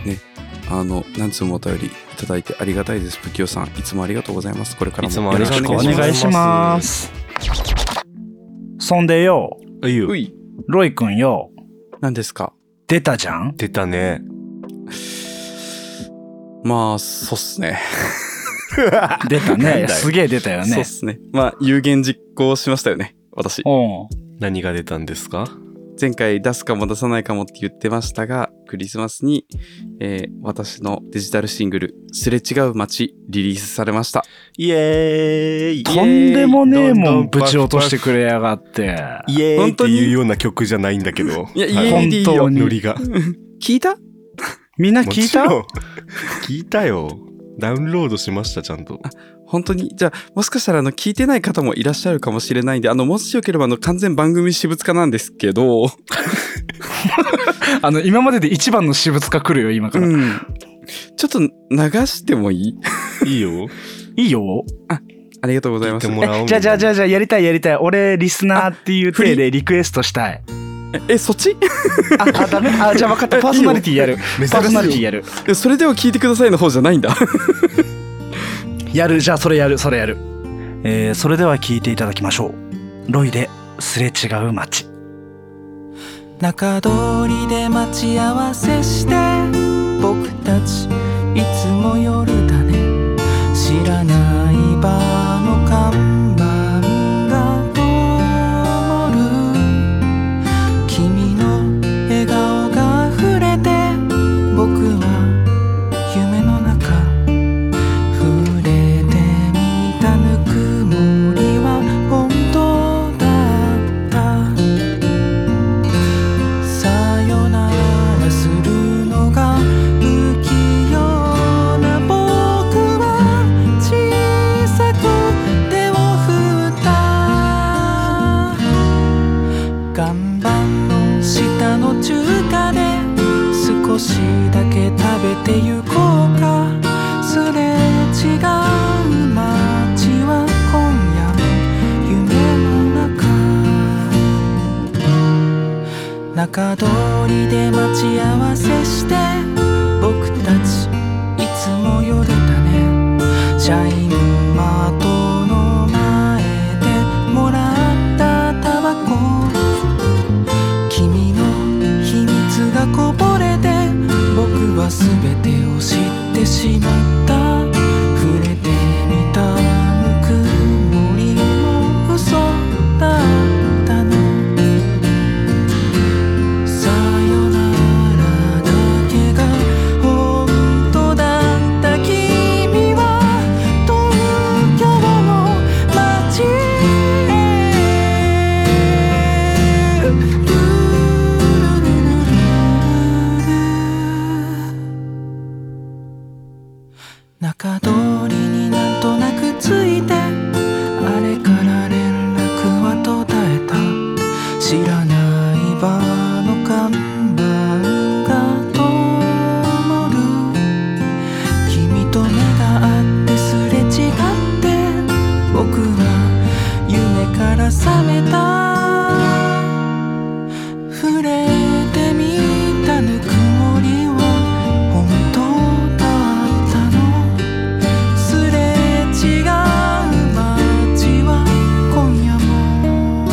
[SPEAKER 4] う
[SPEAKER 1] あの何通もお便りいただいてありがたいです不器用さんいつもありがとうございますこれから
[SPEAKER 4] いつも
[SPEAKER 1] も
[SPEAKER 4] あり
[SPEAKER 1] よろ
[SPEAKER 4] がと
[SPEAKER 1] し
[SPEAKER 4] う
[SPEAKER 1] く
[SPEAKER 2] お
[SPEAKER 1] お願いし
[SPEAKER 2] 願
[SPEAKER 1] ま
[SPEAKER 2] い
[SPEAKER 1] す
[SPEAKER 2] しますそんでよ
[SPEAKER 4] あいいよ
[SPEAKER 1] うい
[SPEAKER 2] ロイ君よ
[SPEAKER 1] 何ですか
[SPEAKER 2] 出たじゃん
[SPEAKER 4] 出たね
[SPEAKER 1] まあそうっすね
[SPEAKER 2] 出た
[SPEAKER 4] なんだ
[SPEAKER 2] ね
[SPEAKER 4] よ
[SPEAKER 2] すげえ出たよ
[SPEAKER 1] そうっ
[SPEAKER 2] ね
[SPEAKER 1] すね。まあ、有言実行しましたよね、私。
[SPEAKER 2] おう
[SPEAKER 4] 何が出たんですか
[SPEAKER 1] 前回出すかも出さないかもって言ってましたが、クリスマスに、えー私のデジタルシングル、すれ違う街、リリースされました。
[SPEAKER 4] イエーイ
[SPEAKER 2] とんでもねえ
[SPEAKER 4] ど
[SPEAKER 2] も
[SPEAKER 4] ど
[SPEAKER 2] んぶち落としてくれやがって
[SPEAKER 4] イエーイ
[SPEAKER 1] 本
[SPEAKER 4] って
[SPEAKER 1] 当に
[SPEAKER 4] いうような曲じゃないんだけど
[SPEAKER 1] いや、
[SPEAKER 4] は
[SPEAKER 1] 家
[SPEAKER 2] 本
[SPEAKER 1] でいい
[SPEAKER 2] 当
[SPEAKER 1] よ。
[SPEAKER 2] に
[SPEAKER 4] ノリが
[SPEAKER 1] 聞いた
[SPEAKER 2] みんな
[SPEAKER 4] も
[SPEAKER 2] 聞い
[SPEAKER 4] ち
[SPEAKER 2] た
[SPEAKER 4] ろん 聞いたよダウンロードしましたちゃんと
[SPEAKER 1] 本当にじゃあ、もしかしたら、あの、聞いてない方もいらっしゃるかもしれないんで、あの、もしよければ、あの、完全番組私物化なんですけど、
[SPEAKER 2] あの今までで一番の私物化来るよ今
[SPEAKER 1] う
[SPEAKER 2] から、
[SPEAKER 1] ん。ちょっと流してもいい
[SPEAKER 4] いいよ
[SPEAKER 2] いいよ
[SPEAKER 1] ありがとうござ
[SPEAKER 4] 聞
[SPEAKER 1] い
[SPEAKER 4] い
[SPEAKER 1] ま
[SPEAKER 4] て
[SPEAKER 1] す。
[SPEAKER 4] もらおう
[SPEAKER 2] じゃあじゃあじゃ
[SPEAKER 4] ゃ
[SPEAKER 2] あじゃあやりたいやりたい俺リスナーっていう
[SPEAKER 1] フリ
[SPEAKER 2] 体でリクエストしたい
[SPEAKER 1] え、そっち
[SPEAKER 2] ああダメあじゃあ分かったパーソナリティやる
[SPEAKER 4] 珍しい
[SPEAKER 2] パーソナリティやる
[SPEAKER 1] えそれでは聞いてくださいの方じゃないんだ。
[SPEAKER 2] やるじゃあそれやるそれやる、えー、それでは聞いていただきましょうロイですれ違う街
[SPEAKER 5] 中通りで待ち合わせして僕たちいつも夜だね知らないバーの看板が灯る君の笑顔が溢れて僕は夢の中触れてみたぬくもりは本当だった「さよならするのが不器用な僕は小さく手を振った」「岩盤の下の中華で少しだけ食べてゆこうか」「すれ違う街は今夜の夢の中」中通りで待ち合わせして僕たちいつも夜だねシャインマートの前でもらったタバコ君の秘密がこぼれて僕は全てを知ってしまった触れてみたぬくもりも嘘だったの「さよな中通りになんとなくついてあれから連絡は途絶えた知らないバーの看板が灯る君と目が合ってすれ違って僕は夢から覚めた触れてみたぬくもりは本当だったのすれ違う街は今夜も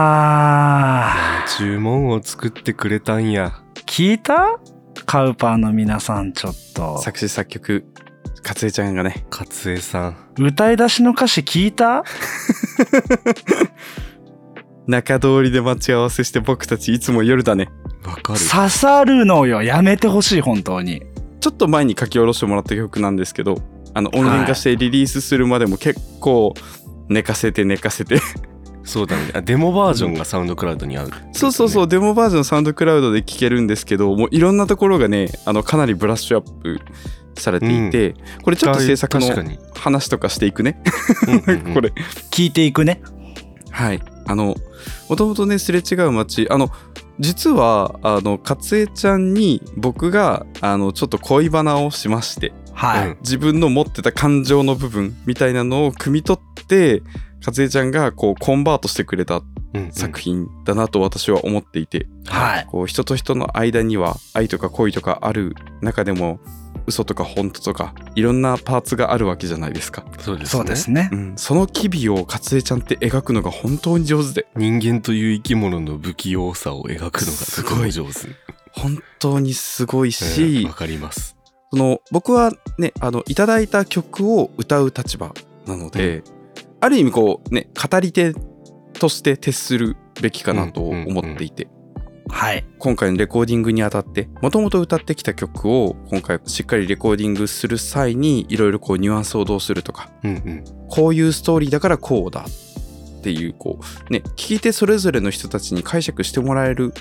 [SPEAKER 2] あ
[SPEAKER 4] 注文を作ってくれたんや
[SPEAKER 2] ー聞いたカウパーの皆さんちょっと
[SPEAKER 1] 作詞作曲かつえちゃんがね
[SPEAKER 4] 勝江さん
[SPEAKER 2] 歌い出しの歌詞聞いた
[SPEAKER 1] 中通りで待ち合わせして僕たちいつも夜だね
[SPEAKER 4] わかる
[SPEAKER 2] 刺さるのよやめてほしい本当に
[SPEAKER 1] ちょっと前に書き下ろしてもらった曲なんですけどあの音源化してリリースするまでも結構寝かせて寝かせて
[SPEAKER 4] そうだねあデモバージョンがサウンドクラウドにある
[SPEAKER 1] そうそうそうデモバージョンサウンドクラウドで聴けるんですけどもういろんなところがねあのかなりブラッシュアップされていて、これちょっと制作
[SPEAKER 4] 確か
[SPEAKER 1] の
[SPEAKER 4] に、
[SPEAKER 1] 話とかしていくね
[SPEAKER 4] うんうんうん
[SPEAKER 1] これ
[SPEAKER 2] 聞いていくね
[SPEAKER 1] はい。あの、もともとね、すれ違う街、あの、実は、あの、かつえちゃんに僕が、あの、ちょっと恋バナをしまして、
[SPEAKER 2] はい、
[SPEAKER 4] うん
[SPEAKER 1] 自分の持ってた感情の部分みたいなのを汲み取って、かつえちゃんが、こう、コンバートしてくれた
[SPEAKER 4] うんうん
[SPEAKER 1] 作品だなと私は思っていて、
[SPEAKER 2] はい
[SPEAKER 1] こう、人と人の間には、愛とか恋とかある中でも、嘘とか本当とか、いろんなパーツがあるわけじゃないですか。
[SPEAKER 4] そうです
[SPEAKER 2] そう
[SPEAKER 4] ね
[SPEAKER 2] ですね
[SPEAKER 1] うん。その機微をかつえちゃんって描くのが本当に上手で、
[SPEAKER 4] 人間という生き物の不器用さを描くのがすごい上手
[SPEAKER 1] 本当にすごい
[SPEAKER 4] う
[SPEAKER 1] し、
[SPEAKER 4] んわかります
[SPEAKER 1] その僕はねあのいただいた曲を歌う立場なので、ある意味こうね語り手として徹するべきかなと思っていて、
[SPEAKER 2] はい
[SPEAKER 1] 今回のレコーディングにあたってもともと歌ってきた曲を今回しっかりレコーディングする際にいろいろこうニュアンスをどうするとか
[SPEAKER 4] うんうん
[SPEAKER 1] こういうストーリーだからこうだっていうこうね聞いてそれぞれの人たちに解釈してもらえる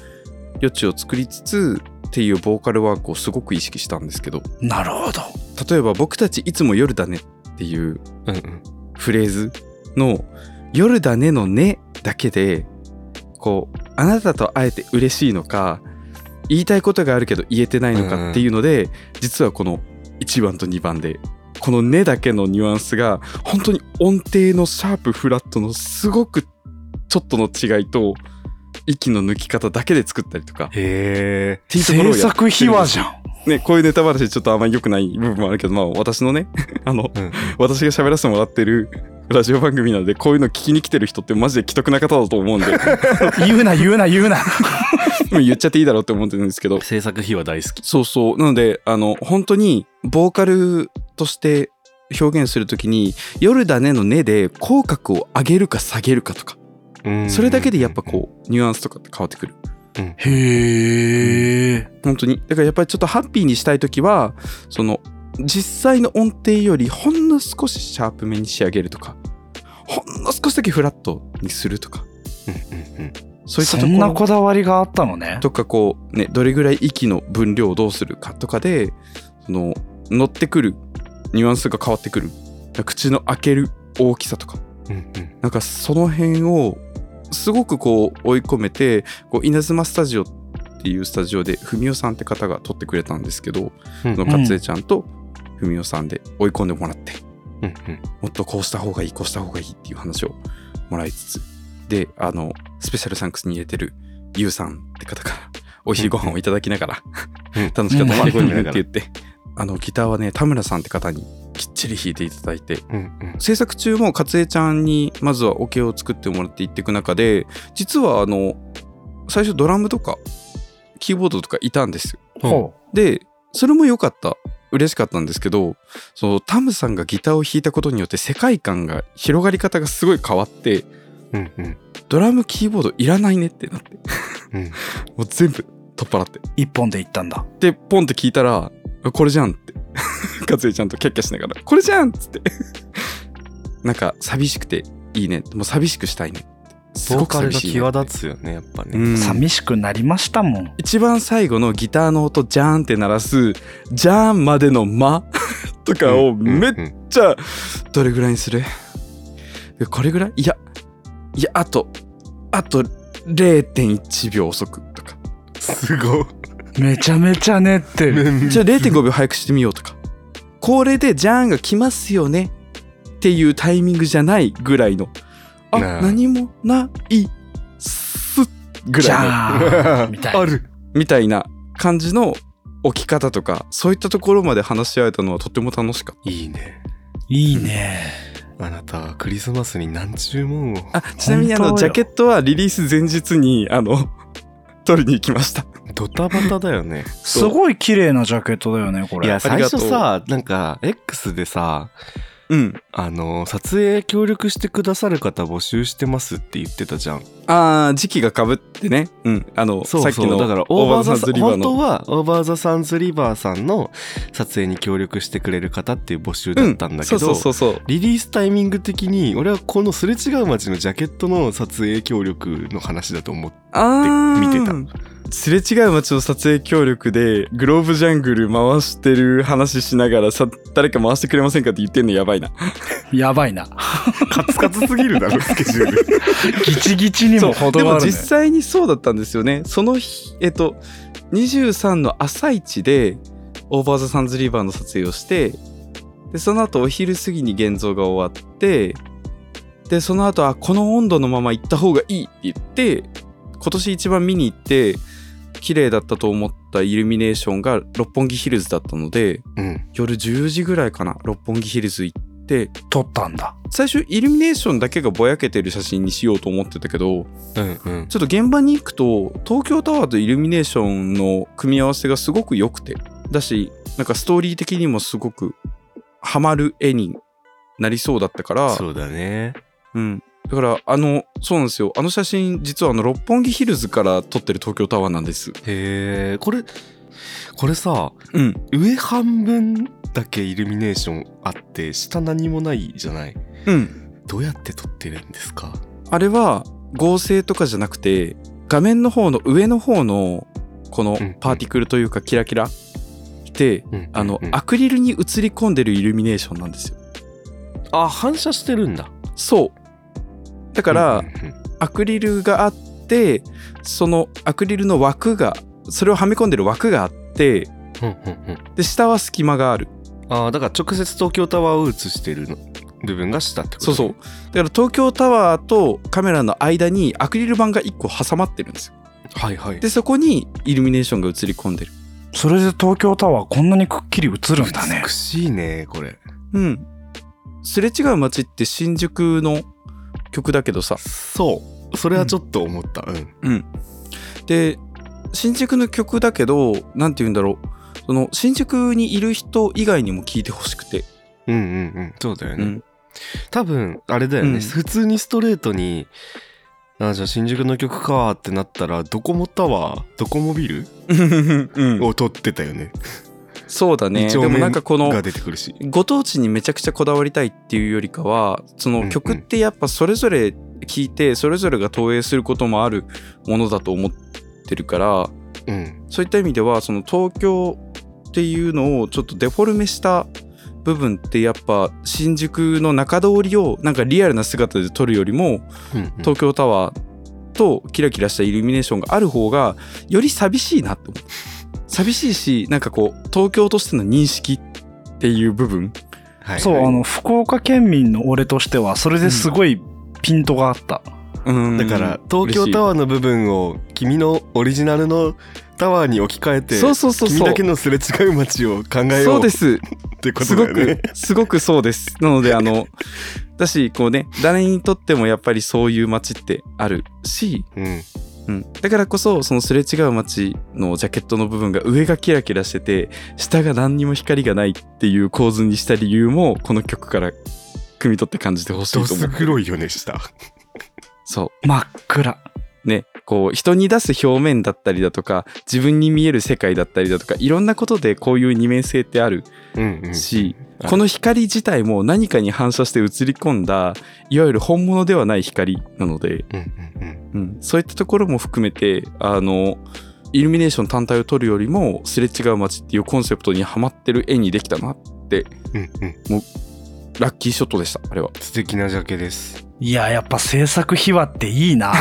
[SPEAKER 1] 余地を作りつつっていうボーカルワークをすごく意識したんですけど
[SPEAKER 2] なるほど
[SPEAKER 1] 例えば「僕たちいつも夜だね」っていう
[SPEAKER 4] うんうん
[SPEAKER 1] フレーズの「夜だね」の「ね」だけでこうあなたと会えて嬉しいのか言いたいことがあるけど言えてないのかっていうので、実はこの1番と2番でこの「ね」だけのニュアンスが本当に音程のシャープフラットのすごくちょっとの違いと息の抜き方だけで作ったりとか、
[SPEAKER 4] へえ
[SPEAKER 1] ていうところをやっ
[SPEAKER 2] 制作秘話じゃん
[SPEAKER 1] ね、こういうネタバラシちょっとあんまり良くない部分もあるけど、まあ私のね、 あの、
[SPEAKER 4] うんうん
[SPEAKER 1] 私が喋らせてもらってるラジオ番組なのでこういうの聞きに来てる人ってマジで既得な方だと思う んで
[SPEAKER 2] 言うな言うな言うな
[SPEAKER 1] もう言っちゃっていいだろうって思ってるんですけど
[SPEAKER 3] 制作費は大好き
[SPEAKER 1] そうそうなのであの本当にボーカルとして表現するときに「夜だね」の「ね」で口角を上げるか下げるかとかそれだけでやっぱこうニュアンスとかって変わってくる
[SPEAKER 2] へえ
[SPEAKER 1] 本当にだからやっぱりちょっとハッピーにしたい時はその実際の音程よりほんの少しシャープめに仕上げるとかほんの少しだけフラットにするとか
[SPEAKER 4] うんうんうん
[SPEAKER 1] そういった
[SPEAKER 2] そ
[SPEAKER 1] と
[SPEAKER 2] んな
[SPEAKER 1] ころ
[SPEAKER 2] こだわりがあったのね
[SPEAKER 1] とかこうねどれぐらい息の分量をどうするかとかでその乗ってくるニュアンスが変わってくる口の開ける大きさとか
[SPEAKER 4] うんうん
[SPEAKER 1] なんかその辺をすごくこう追い込めてこう稲妻スタジオっていうスタジオで文雄さんって方が撮ってくれたんですけど、
[SPEAKER 4] うん
[SPEAKER 1] そのかつえちゃんと文雄さんで追い込んでもらって、
[SPEAKER 4] うんうん
[SPEAKER 1] もっとこうした方がいいこうした方がいいっていう話をもらいつつであのスペシャルサンクスに入れてるゆうさんって方から美味しいご飯をいただきながら、
[SPEAKER 4] うん
[SPEAKER 1] 楽しかったわ
[SPEAKER 4] うん
[SPEAKER 1] ごめんねって言ってあのギターはね田村さんって方にきっちり弾いていただいて
[SPEAKER 3] うんうん
[SPEAKER 1] 制作中もかつえちゃんにまずはオ、ケを作ってもらっていっていく中で実はあの最初ドラムとかキーボードとかいたんですよ
[SPEAKER 2] ほ
[SPEAKER 1] でそれも良かった嬉しかったんですけどそのタムさんがギターを弾いたことによって世界観が広がり方がすごい変わって
[SPEAKER 3] うんうん
[SPEAKER 1] ドラムキーボードいらないねってなって
[SPEAKER 3] うん
[SPEAKER 1] もう全部取っ払って
[SPEAKER 2] う一本で行ったんだ
[SPEAKER 1] でポンって聞いたら「これじゃん」って かつえちゃんとキャッキャしながら「これじゃん!」っつって なんか寂しくていいねもう寂しくしたいねす
[SPEAKER 6] ボ
[SPEAKER 1] ご
[SPEAKER 6] ー
[SPEAKER 1] く
[SPEAKER 6] カル
[SPEAKER 1] 寂
[SPEAKER 6] が
[SPEAKER 1] しいね
[SPEAKER 6] 際立つよねやっぱね、
[SPEAKER 1] うん
[SPEAKER 2] 寂しくなりましたもん
[SPEAKER 1] 一番最後のギターの音ジャーンって鳴らすジャーンまでの間 とかをめっ
[SPEAKER 3] うんうん
[SPEAKER 1] ちゃどれぐらいにするえこれぐらいいやいやあとあと0.1秒遅くとか
[SPEAKER 3] すごい
[SPEAKER 2] めちゃめちゃね ってる
[SPEAKER 1] じゃあ0.5秒早くしてみようとかこれでジャーンが来ますよねっていうタイミングじゃないぐらいのあ
[SPEAKER 3] なあ
[SPEAKER 1] 何もないっすぐ
[SPEAKER 2] じ
[SPEAKER 1] らいの
[SPEAKER 2] ゃあ
[SPEAKER 3] あ
[SPEAKER 2] みたいな
[SPEAKER 3] る
[SPEAKER 1] みたいな感じの置き方とかそういったところまで話し合えたのはとても楽しかっ
[SPEAKER 3] いいね
[SPEAKER 2] いいね
[SPEAKER 3] あなたはクリスマスに何注文を
[SPEAKER 1] たあちなみにあの
[SPEAKER 2] 本当
[SPEAKER 1] ジ
[SPEAKER 2] よ
[SPEAKER 1] ャケットはリリース前日にあの 取りに行きました
[SPEAKER 3] ドタバタだよね
[SPEAKER 2] すごい綺麗なジャケットだよねこ
[SPEAKER 3] い
[SPEAKER 2] れ
[SPEAKER 3] や
[SPEAKER 1] あ
[SPEAKER 3] 最
[SPEAKER 1] りがと
[SPEAKER 3] 初
[SPEAKER 1] う
[SPEAKER 3] さなんか X でさ
[SPEAKER 1] うん
[SPEAKER 3] あの撮影協力してくださる方募集してますって言ってたじゃん
[SPEAKER 1] あー時期がかぶってねうんあの
[SPEAKER 3] そう
[SPEAKER 1] さっ
[SPEAKER 3] そ
[SPEAKER 1] き
[SPEAKER 3] う
[SPEAKER 1] の
[SPEAKER 3] だから
[SPEAKER 1] オ
[SPEAKER 3] オ
[SPEAKER 1] ー
[SPEAKER 3] ー
[SPEAKER 1] バー
[SPEAKER 3] バー
[SPEAKER 1] ザ
[SPEAKER 3] ザ
[SPEAKER 1] サンズ
[SPEAKER 3] サ
[SPEAKER 1] リバー
[SPEAKER 3] 本当
[SPEAKER 1] の
[SPEAKER 3] はオーバーザサンズリバーさんの撮影に協力してくれる方っていう募集だったんだけ
[SPEAKER 1] そうそ
[SPEAKER 3] ど
[SPEAKER 1] うそうそう
[SPEAKER 3] リリースタイミング的に俺はこのすれ違う街のジャケットの撮影協力の話だと思って
[SPEAKER 1] あー
[SPEAKER 3] 見てた
[SPEAKER 1] すれ違う街の撮影協力でグローブジャングル回してる話しながらさ誰か回してくれませんかって言ってんのやばいな
[SPEAKER 2] やばいな
[SPEAKER 3] カツカツすぎるだろスケジュール
[SPEAKER 2] ギチギチにも程
[SPEAKER 1] で
[SPEAKER 2] があ
[SPEAKER 1] も
[SPEAKER 2] るね
[SPEAKER 1] 実際にそうだったんですよねその日えっと23の朝一でオーバー・ザ・サンズ・リーバーの撮影をしてでその後お昼過ぎに現像が終わってでその後あこの温度のまま行った方がいいって言って今年一番見に行って綺麗だったと思ったイルミネーションが六本木ヒルズだったので
[SPEAKER 3] うん
[SPEAKER 1] 夜10時ぐらいかな六本木ヒルズ行って
[SPEAKER 2] 撮ったんだ
[SPEAKER 1] 最初イルミネーションだけがぼやけてる写真にしようと思ってたけど
[SPEAKER 3] うんうん
[SPEAKER 1] ちょっと現場に行くと東京タワーとイルミネーションの組み合わせがすごく良くてだしなんかストーリー的にもすごくハマる絵になりそうだったから
[SPEAKER 3] そうだね
[SPEAKER 1] うん、だからあのそうなんですよあの写真実はあの六本木ヒルズから撮ってる東京タワーなんです
[SPEAKER 3] へえこれこれさ
[SPEAKER 1] うん
[SPEAKER 3] 上半分だけイルミネーションあって下何もないじゃない
[SPEAKER 1] うん
[SPEAKER 3] どうやって撮ってるんですか
[SPEAKER 1] あれは合成とかじゃなくて画面の方の上の方のこの
[SPEAKER 3] うん
[SPEAKER 1] パーティクルというかキラキラであの
[SPEAKER 3] うん
[SPEAKER 1] アクリルに映り込んでるイルミネーションなんですよ
[SPEAKER 3] あ反射してるんだ
[SPEAKER 1] そうだから、
[SPEAKER 3] うんうん
[SPEAKER 1] アクリルがあってそのアクリルの枠がそれをはめ込んでる枠があって
[SPEAKER 3] うんうんうんうん
[SPEAKER 1] で下は隙間がある
[SPEAKER 3] あーだから直接東京タワーを映してるの部分が下ってこと
[SPEAKER 1] そうそうだから東京タワーとカメラの間にアクリル板が1個挟まってるんですよ
[SPEAKER 3] はいはい
[SPEAKER 1] でそこにイルミネーションが映り込んでる
[SPEAKER 2] それで東京タワーこんなにくっきり映るんだね
[SPEAKER 3] 美しいねこれ
[SPEAKER 1] うんすれ違う街って新宿の曲だけどさ
[SPEAKER 3] そうそれはちょっと思ったうん、
[SPEAKER 1] うん、で新宿の曲だけど何て言うんだろうその新宿にいる人以外にも聴いてほしくて、
[SPEAKER 3] うん、うんうんそうだよ
[SPEAKER 1] う
[SPEAKER 3] ね、
[SPEAKER 1] ん、
[SPEAKER 3] 多分あれだよね、
[SPEAKER 1] うん
[SPEAKER 3] 普通にストレートにあじゃあ新宿の曲かってなったらドコモタワードコモビル
[SPEAKER 1] うん
[SPEAKER 3] を撮ってたよね
[SPEAKER 1] そうだね
[SPEAKER 3] 二
[SPEAKER 1] で
[SPEAKER 3] 丁
[SPEAKER 1] も
[SPEAKER 3] 目
[SPEAKER 1] なんかこの
[SPEAKER 3] が出てくるし
[SPEAKER 1] ご当地にめちゃくちゃこだわりたいっていうよりかはそ
[SPEAKER 3] うんう
[SPEAKER 1] の
[SPEAKER 3] ん
[SPEAKER 1] 曲ってやっぱそれぞれ聴いてそれぞれが投影することもあるものだと思ってるから
[SPEAKER 3] うん
[SPEAKER 1] そういった意味ではその東京っていうのをちょっとデフォルメした部分ってやっぱ新宿の中通りをなんかリアルな姿で撮るよりも
[SPEAKER 3] うんうん
[SPEAKER 1] 東京タワーとキラキラしたイルミネーションがある方がより寂しいなって思う寂しいしなんかこう東京としての認識っていう部分
[SPEAKER 3] はい
[SPEAKER 2] そうあの福岡県民の俺としてはそれですごいピントがあった、
[SPEAKER 1] うん
[SPEAKER 3] だから東京タワーの部分を君のオリジナルの
[SPEAKER 4] タワーに置き換えて
[SPEAKER 1] そうそうそう
[SPEAKER 4] 君
[SPEAKER 1] そう
[SPEAKER 4] だけのすれ違う街を考え
[SPEAKER 1] そ
[SPEAKER 4] よ
[SPEAKER 1] う
[SPEAKER 4] う
[SPEAKER 1] で
[SPEAKER 4] っ
[SPEAKER 1] す
[SPEAKER 4] てこと
[SPEAKER 1] す
[SPEAKER 4] だ
[SPEAKER 1] ご
[SPEAKER 4] よね
[SPEAKER 1] く。すごくそうですなのであのだしこうね誰にとってもやっぱりそういう街ってあるし、
[SPEAKER 4] うん
[SPEAKER 1] うん、だからこそそのすれ違う街のジャケットの部分が上がキラキラしてて下が何にも光がないっていう構図にした理由もこの曲から汲み取って感じてほしいと
[SPEAKER 4] ド
[SPEAKER 1] 思う
[SPEAKER 4] ス黒いよねした。
[SPEAKER 1] そう
[SPEAKER 2] 真っ暗
[SPEAKER 1] ね、こう人に出す表面だったりだとか自分に見える世界だったりだとかいろんなことでこういう二面性ってある
[SPEAKER 4] うんうん。
[SPEAKER 1] し、この光自体も何かに反射して映り込んだいわゆる本物ではない光なので、
[SPEAKER 4] うんうん
[SPEAKER 1] うん、そういったところも含めてあのイルミネーション単体を撮るよりもすれ違う街っていうコンセプトにはまってる絵にできたな
[SPEAKER 4] うんうんうん。
[SPEAKER 1] ラッキーショットでしたあれは
[SPEAKER 4] 素敵なジャケです。
[SPEAKER 2] いややっぱ制作秘話っていいな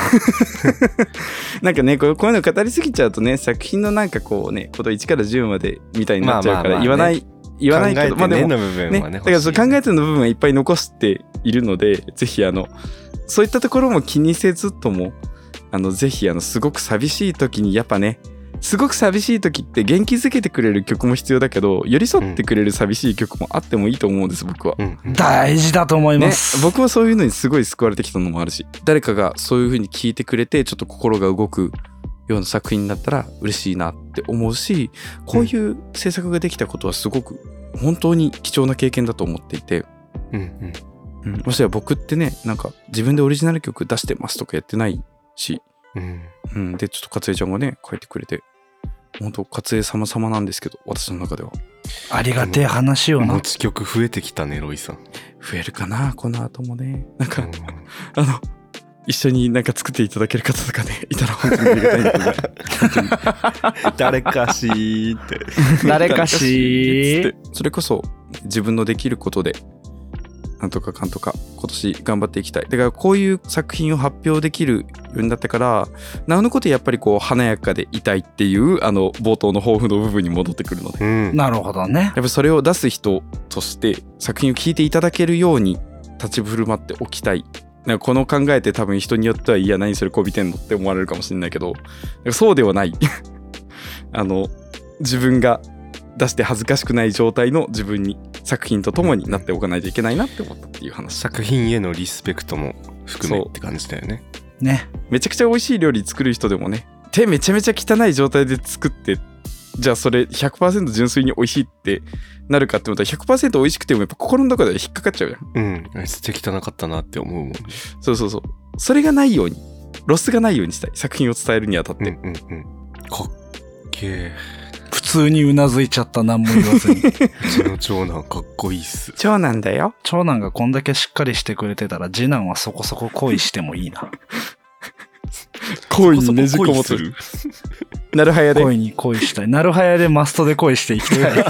[SPEAKER 1] なんかねこうこういうの語りすぎちゃうとね作品のなんかこうねこと1から10までみたいになっちゃうから
[SPEAKER 4] まあ
[SPEAKER 1] 言
[SPEAKER 4] まあ
[SPEAKER 1] わ
[SPEAKER 4] ま
[SPEAKER 1] な
[SPEAKER 4] あね
[SPEAKER 1] い言わないけど
[SPEAKER 4] 考えて
[SPEAKER 1] で
[SPEAKER 4] ね
[SPEAKER 1] も
[SPEAKER 4] の部分はね。
[SPEAKER 1] だからその考えてるの部分はいっぱい残しているのでぜひあのそういったところも気にせずともあのぜひあのすごく寂しい時にやっぱねすごく寂しい時って元気づけてくれる曲も必要だけど寄り添ってくれる寂しい曲もあってもいいと思うんです僕は。
[SPEAKER 4] うんうん
[SPEAKER 2] 大事だと思いま
[SPEAKER 1] ね、
[SPEAKER 2] す、
[SPEAKER 1] 僕もそういうのにすごい救われてきたのもあるし誰かがそういう風に聞いてくれてちょっと心が動くような作品になったら嬉しいなって思うしこういう制作ができたことはすごく本当に貴重な経験だと思っていて、
[SPEAKER 4] うんうん。
[SPEAKER 1] うん、もしや僕ってねなんか自分でオリジナル曲出してますとかやってないし、
[SPEAKER 4] うん
[SPEAKER 1] うん、でちょっと勝江ちゃんがね書いてくれて本当勝江様様なんですけど私の中では
[SPEAKER 2] ありがてえ話よ
[SPEAKER 4] 持
[SPEAKER 2] な
[SPEAKER 4] ち曲増えてきたねロイさ ん。
[SPEAKER 1] 増えるかなこの後もねなんか、
[SPEAKER 4] うん
[SPEAKER 1] あの一緒になんか作っていただける方とかねいたら本当にありがたいんだけど
[SPEAKER 4] 誰かしー って。
[SPEAKER 2] 誰か
[SPEAKER 1] つっ
[SPEAKER 2] して
[SPEAKER 1] それこそ自分のできることでなんとかかんとか今年頑張っていきたいだからこういう作品を発表できるようになったからなおのことやっぱりこう華やかでいたいっていうあの冒頭の抱負の部分に戻ってくるの
[SPEAKER 4] う
[SPEAKER 1] で
[SPEAKER 4] ん。
[SPEAKER 2] なるほどね
[SPEAKER 1] やっぱそれを出す人として作品を聴いていただけるように立ち振る舞っておきたい。なんかこの考えって多分人によっては「いや何それこびてんの?」って思われるかもしれないけどそうではない あの自分が出して恥ずかしくない状態の自分に作品とともになっておかないといけないなって思ったっていう話
[SPEAKER 4] 作品へのリスペクトも含めって感じだよね。
[SPEAKER 2] ね
[SPEAKER 1] めちゃくちゃ美味しい料理作る人でもね手めちゃめちゃ汚い状態で作ってじゃあそれ100%純粋に美味しいってなるかって思ったら100%美味しくてもやっぱ心の中では引っかかっちゃうじゃん
[SPEAKER 4] うん。素敵汚かったなって思うもん。
[SPEAKER 1] そうそうそう。それがないように、ロスがないようにしたい。作品を伝えるにあたっ
[SPEAKER 4] う
[SPEAKER 1] て。
[SPEAKER 4] んうんうん。かっけえ。
[SPEAKER 2] 普通にうなずいちゃった何も言わず に
[SPEAKER 4] うちの長男かっこいいっす。
[SPEAKER 1] 長男だよ。
[SPEAKER 2] 長男がこんだけしっかりしてくれてたら次男はそこそこ恋してもい いな
[SPEAKER 1] 恋にねじこもってる。 なるはやで。
[SPEAKER 2] 恋に恋したいなるはやでマストで恋していき たい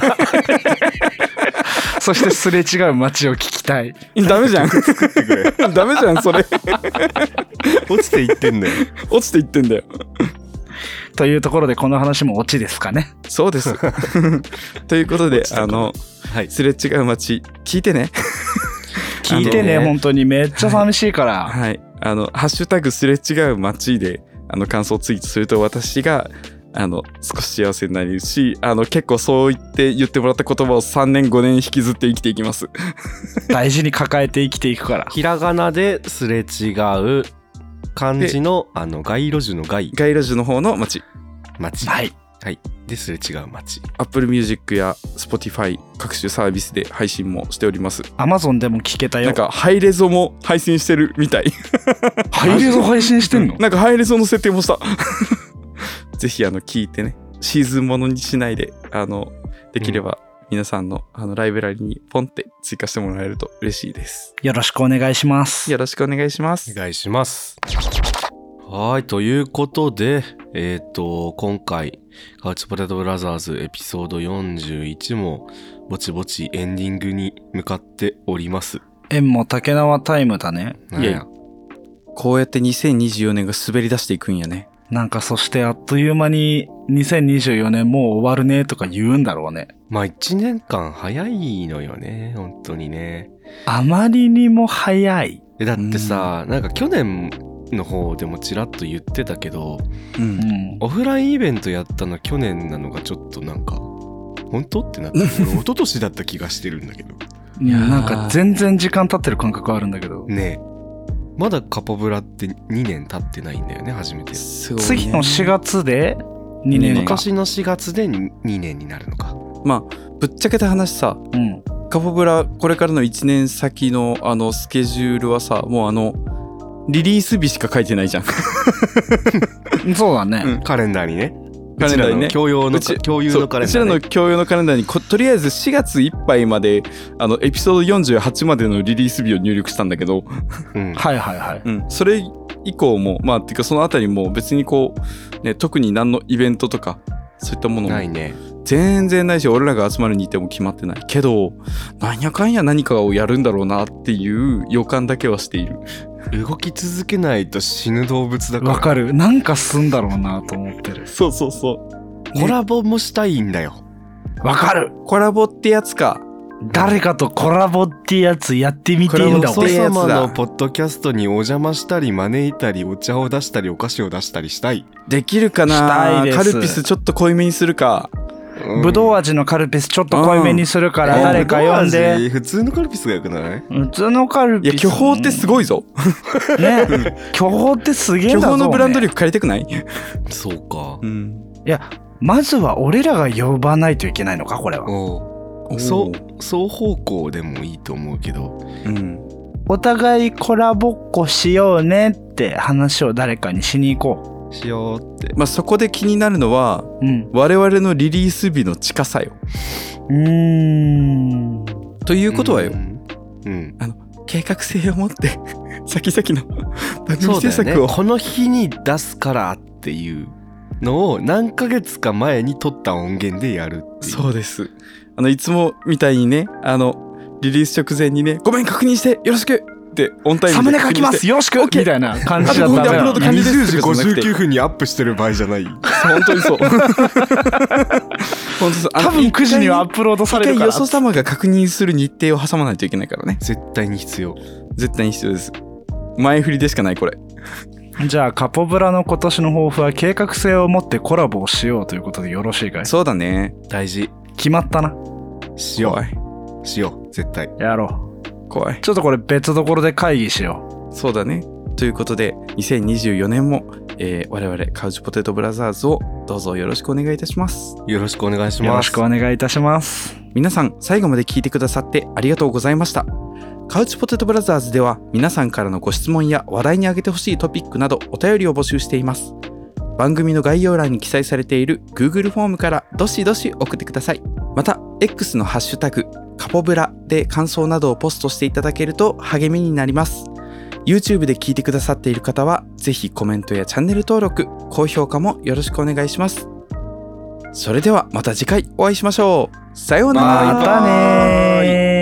[SPEAKER 2] そしてすれ違う街を聞きたい
[SPEAKER 1] ダメじゃ ん。
[SPEAKER 4] ってくれ。
[SPEAKER 1] ダメじゃん、それ。
[SPEAKER 4] 落ちていってん だよ。
[SPEAKER 1] 落ちていってんだよ。
[SPEAKER 2] というところでこの話もオチですかね
[SPEAKER 1] そうです。 ということで、あの、
[SPEAKER 4] はい。
[SPEAKER 1] すれ違う街、聞いてね。
[SPEAKER 2] 聞いてね
[SPEAKER 1] あの
[SPEAKER 2] 本当にめっちゃ寂しいから、
[SPEAKER 1] はい。あの、ハッシュタグすれ違う街で、あの、感想をツイートすると私が、あの、少し幸せになれるし、あの、結構そう言って言ってもらった言葉を3年5年引きずって生きていきます。
[SPEAKER 2] 大事に抱えて生きていくから
[SPEAKER 4] ひらがなですれ違う漢字のあの街路樹の街
[SPEAKER 1] 街路樹の方の街。
[SPEAKER 4] 町
[SPEAKER 2] はい
[SPEAKER 4] ですれ違う町
[SPEAKER 1] Apple Music や Spotify 各種サービスで配信もしております。
[SPEAKER 2] Amazon でも聞けたよ
[SPEAKER 1] なんかハイレゾも配信してるみたい。
[SPEAKER 2] ハイレゾ配信してんの
[SPEAKER 1] なんかハイレゾの設定もした。 ぜひあの聞いてね、シーズンものにしないで、あの、できれば皆さんのあのライブラリにポンって追加してもらえると嬉しいです。
[SPEAKER 2] よろしくお願いします
[SPEAKER 1] よろしくお願いします
[SPEAKER 4] お。願いします
[SPEAKER 3] はい、ということで、えっ、と、今回、カウチポテトブラザーズエピソード41も、ぼちぼちエンディングに向かっております。
[SPEAKER 2] 縁も竹縄タイムだね
[SPEAKER 1] いやいやこうやって2024年が滑り出していくんやね。
[SPEAKER 2] なんかそしてあっという間に2024年もう終わるねとか言うんだろうね
[SPEAKER 3] まあ、1年間早いのよね、本当にね。
[SPEAKER 2] あまりにも早い
[SPEAKER 3] えだってさ、なんか去年の方でもちらっと言ってたけど
[SPEAKER 1] うん
[SPEAKER 2] うん
[SPEAKER 3] オフラインイベントやったの去年なのがちょっとなんか本当っ てなって俺一昨年だった気がしてるんだけど
[SPEAKER 2] いやなんか全然時間経ってる感覚あるんだけど、
[SPEAKER 3] ねえまだカポブラって2年経ってないんだよね初めて
[SPEAKER 1] すごいね
[SPEAKER 2] 次の4月で2年か、
[SPEAKER 3] 昔の4月で2年になるのか
[SPEAKER 1] まあぶっちゃけた話さ
[SPEAKER 2] うん、
[SPEAKER 1] カポブラこれからの1年先のあのスケジュールはさもうあのリリース日しか書いて ないじゃん
[SPEAKER 2] そうだね、
[SPEAKER 1] うん
[SPEAKER 3] カレンダーにね
[SPEAKER 1] カレンダーにね
[SPEAKER 3] うちらの共用の
[SPEAKER 1] うち
[SPEAKER 3] 共有
[SPEAKER 1] そう
[SPEAKER 3] のカレンダー、
[SPEAKER 1] うちらの
[SPEAKER 3] ね、
[SPEAKER 1] 共有のカレンダーにことりあえず4月いっぱいまであのエピソード48までのリリース日を入力したんだけど、
[SPEAKER 3] うん
[SPEAKER 2] はいはいはい
[SPEAKER 1] うん、それ以降もまあっていうかそのあたりも別にこう、ね、特に何のイベントとかそういったもの
[SPEAKER 3] な
[SPEAKER 1] も
[SPEAKER 3] いね
[SPEAKER 1] 全然ないし俺らが集まる日程も決まってないけどなんやかんや何かをやるんだろうなっていう予感だけはしている
[SPEAKER 3] 動き続けないと死ぬ動物だから
[SPEAKER 2] わかるなんかすんだろうなと思ってる
[SPEAKER 1] そうそうそ
[SPEAKER 3] コラボもしたいんだよ
[SPEAKER 2] わかる
[SPEAKER 1] うコラボってやつか
[SPEAKER 2] 誰かとコラボってやつやってみてえんだ
[SPEAKER 1] コ
[SPEAKER 3] お
[SPEAKER 1] ラボ
[SPEAKER 2] 俺
[SPEAKER 1] ええや
[SPEAKER 3] さ
[SPEAKER 1] つだ
[SPEAKER 3] まのポッドキャストにお邪魔したり招いたりお茶を出したりお菓子を出したりしたい、
[SPEAKER 1] できるか
[SPEAKER 2] した
[SPEAKER 1] ない
[SPEAKER 2] です
[SPEAKER 1] カルピスちょっと濃いめにするか
[SPEAKER 3] うん
[SPEAKER 2] ぶどう味のカルピスちょっと濃いめにするから
[SPEAKER 1] うん
[SPEAKER 2] 誰か呼ん
[SPEAKER 3] ぶどう
[SPEAKER 2] で
[SPEAKER 3] 味普通のカルピスがよくない
[SPEAKER 2] 普通のカル
[SPEAKER 1] い
[SPEAKER 2] ピ
[SPEAKER 1] や
[SPEAKER 2] ス
[SPEAKER 1] 巨峰ってす
[SPEAKER 2] い
[SPEAKER 1] ごいぞ
[SPEAKER 2] ね巨峰ってすげえん
[SPEAKER 1] 巨
[SPEAKER 2] だぞ
[SPEAKER 1] 峰のブランド
[SPEAKER 2] ね
[SPEAKER 1] 力借りたくない、
[SPEAKER 3] そうか
[SPEAKER 1] ん、
[SPEAKER 2] いやまずは俺らが呼ばないといけないのかこれは
[SPEAKER 3] お
[SPEAKER 1] おー
[SPEAKER 3] うそう双方向でもいいと思うけど
[SPEAKER 1] うん
[SPEAKER 2] お互いコラボっこしようねって話を誰かにしに行こ
[SPEAKER 3] しようって
[SPEAKER 1] まあそこで気になるのは
[SPEAKER 2] ううん
[SPEAKER 1] 我々のリリース日の近さよ
[SPEAKER 2] うーん
[SPEAKER 1] ということはよ、
[SPEAKER 3] うんうん
[SPEAKER 1] 計画性を持って 先々 の番組
[SPEAKER 3] そうだ
[SPEAKER 1] 制
[SPEAKER 3] よね
[SPEAKER 1] 作を
[SPEAKER 3] この日に出すからっていうのを何ヶ月か前に撮った音源でやるっていう
[SPEAKER 1] そうです。あの、いつもみたいにね、あの、リリース直前にね、ごめん、確認して、よろしくって、オンタイムで。
[SPEAKER 2] サムネ書きます
[SPEAKER 1] よ
[SPEAKER 2] よろしく
[SPEAKER 1] オッケー
[SPEAKER 2] みたいな感
[SPEAKER 1] あ
[SPEAKER 2] じ
[SPEAKER 1] と
[SPEAKER 2] だ
[SPEAKER 1] 5
[SPEAKER 2] っ
[SPEAKER 1] 分
[SPEAKER 2] た
[SPEAKER 1] でアップロード完了です
[SPEAKER 4] 20
[SPEAKER 1] とかじゃなく
[SPEAKER 4] 時
[SPEAKER 1] て
[SPEAKER 4] 59分にアップしてる場合じゃない
[SPEAKER 1] 本当に そう。本当そう。あの
[SPEAKER 2] 多分9時にはアップロードさ
[SPEAKER 1] 一
[SPEAKER 2] れ
[SPEAKER 1] 回一回
[SPEAKER 2] るから
[SPEAKER 1] よそ様が確認する日程を挟まないといけないからね。
[SPEAKER 3] 絶対に必要
[SPEAKER 1] 絶対に必要です。前振りでしかない、これ。
[SPEAKER 2] じゃあカポブラの今年の抱負は計画性を持ってコラボをしようということでよろしいかい
[SPEAKER 1] そうだね。
[SPEAKER 3] 大事
[SPEAKER 2] 決まったな
[SPEAKER 3] しよ
[SPEAKER 1] 怖い。
[SPEAKER 3] うしよう絶対
[SPEAKER 2] やろ。
[SPEAKER 1] 怖いう
[SPEAKER 2] ちょっとこれ別どころで会議しよ
[SPEAKER 1] そうだね。ということで、2024年も、えー我々、カウチポテトブラザーズをどうぞよろしくお願いいたします。
[SPEAKER 3] よろしくお願いし
[SPEAKER 2] うよ
[SPEAKER 3] ま
[SPEAKER 2] ろ
[SPEAKER 3] す
[SPEAKER 2] しくお願いいたします
[SPEAKER 1] 皆さん最後まで聞いてくださってありがとうございましたカウチポテトブラザーズでは皆さんからのご質問や話題に挙げてほしいトピックなどお便りを募集しています番組の概要欄に記載されている Google フォームからどしどし送ってくださいまた X のハッシュタグカポブラで感想などをポストしていただけると励みになります YouTube で聞いてくださっている方はぜひコメントやチャンネル登録高評価もよろしくお願いしますそれではまた次回お会いしましょうさようなら
[SPEAKER 2] またねー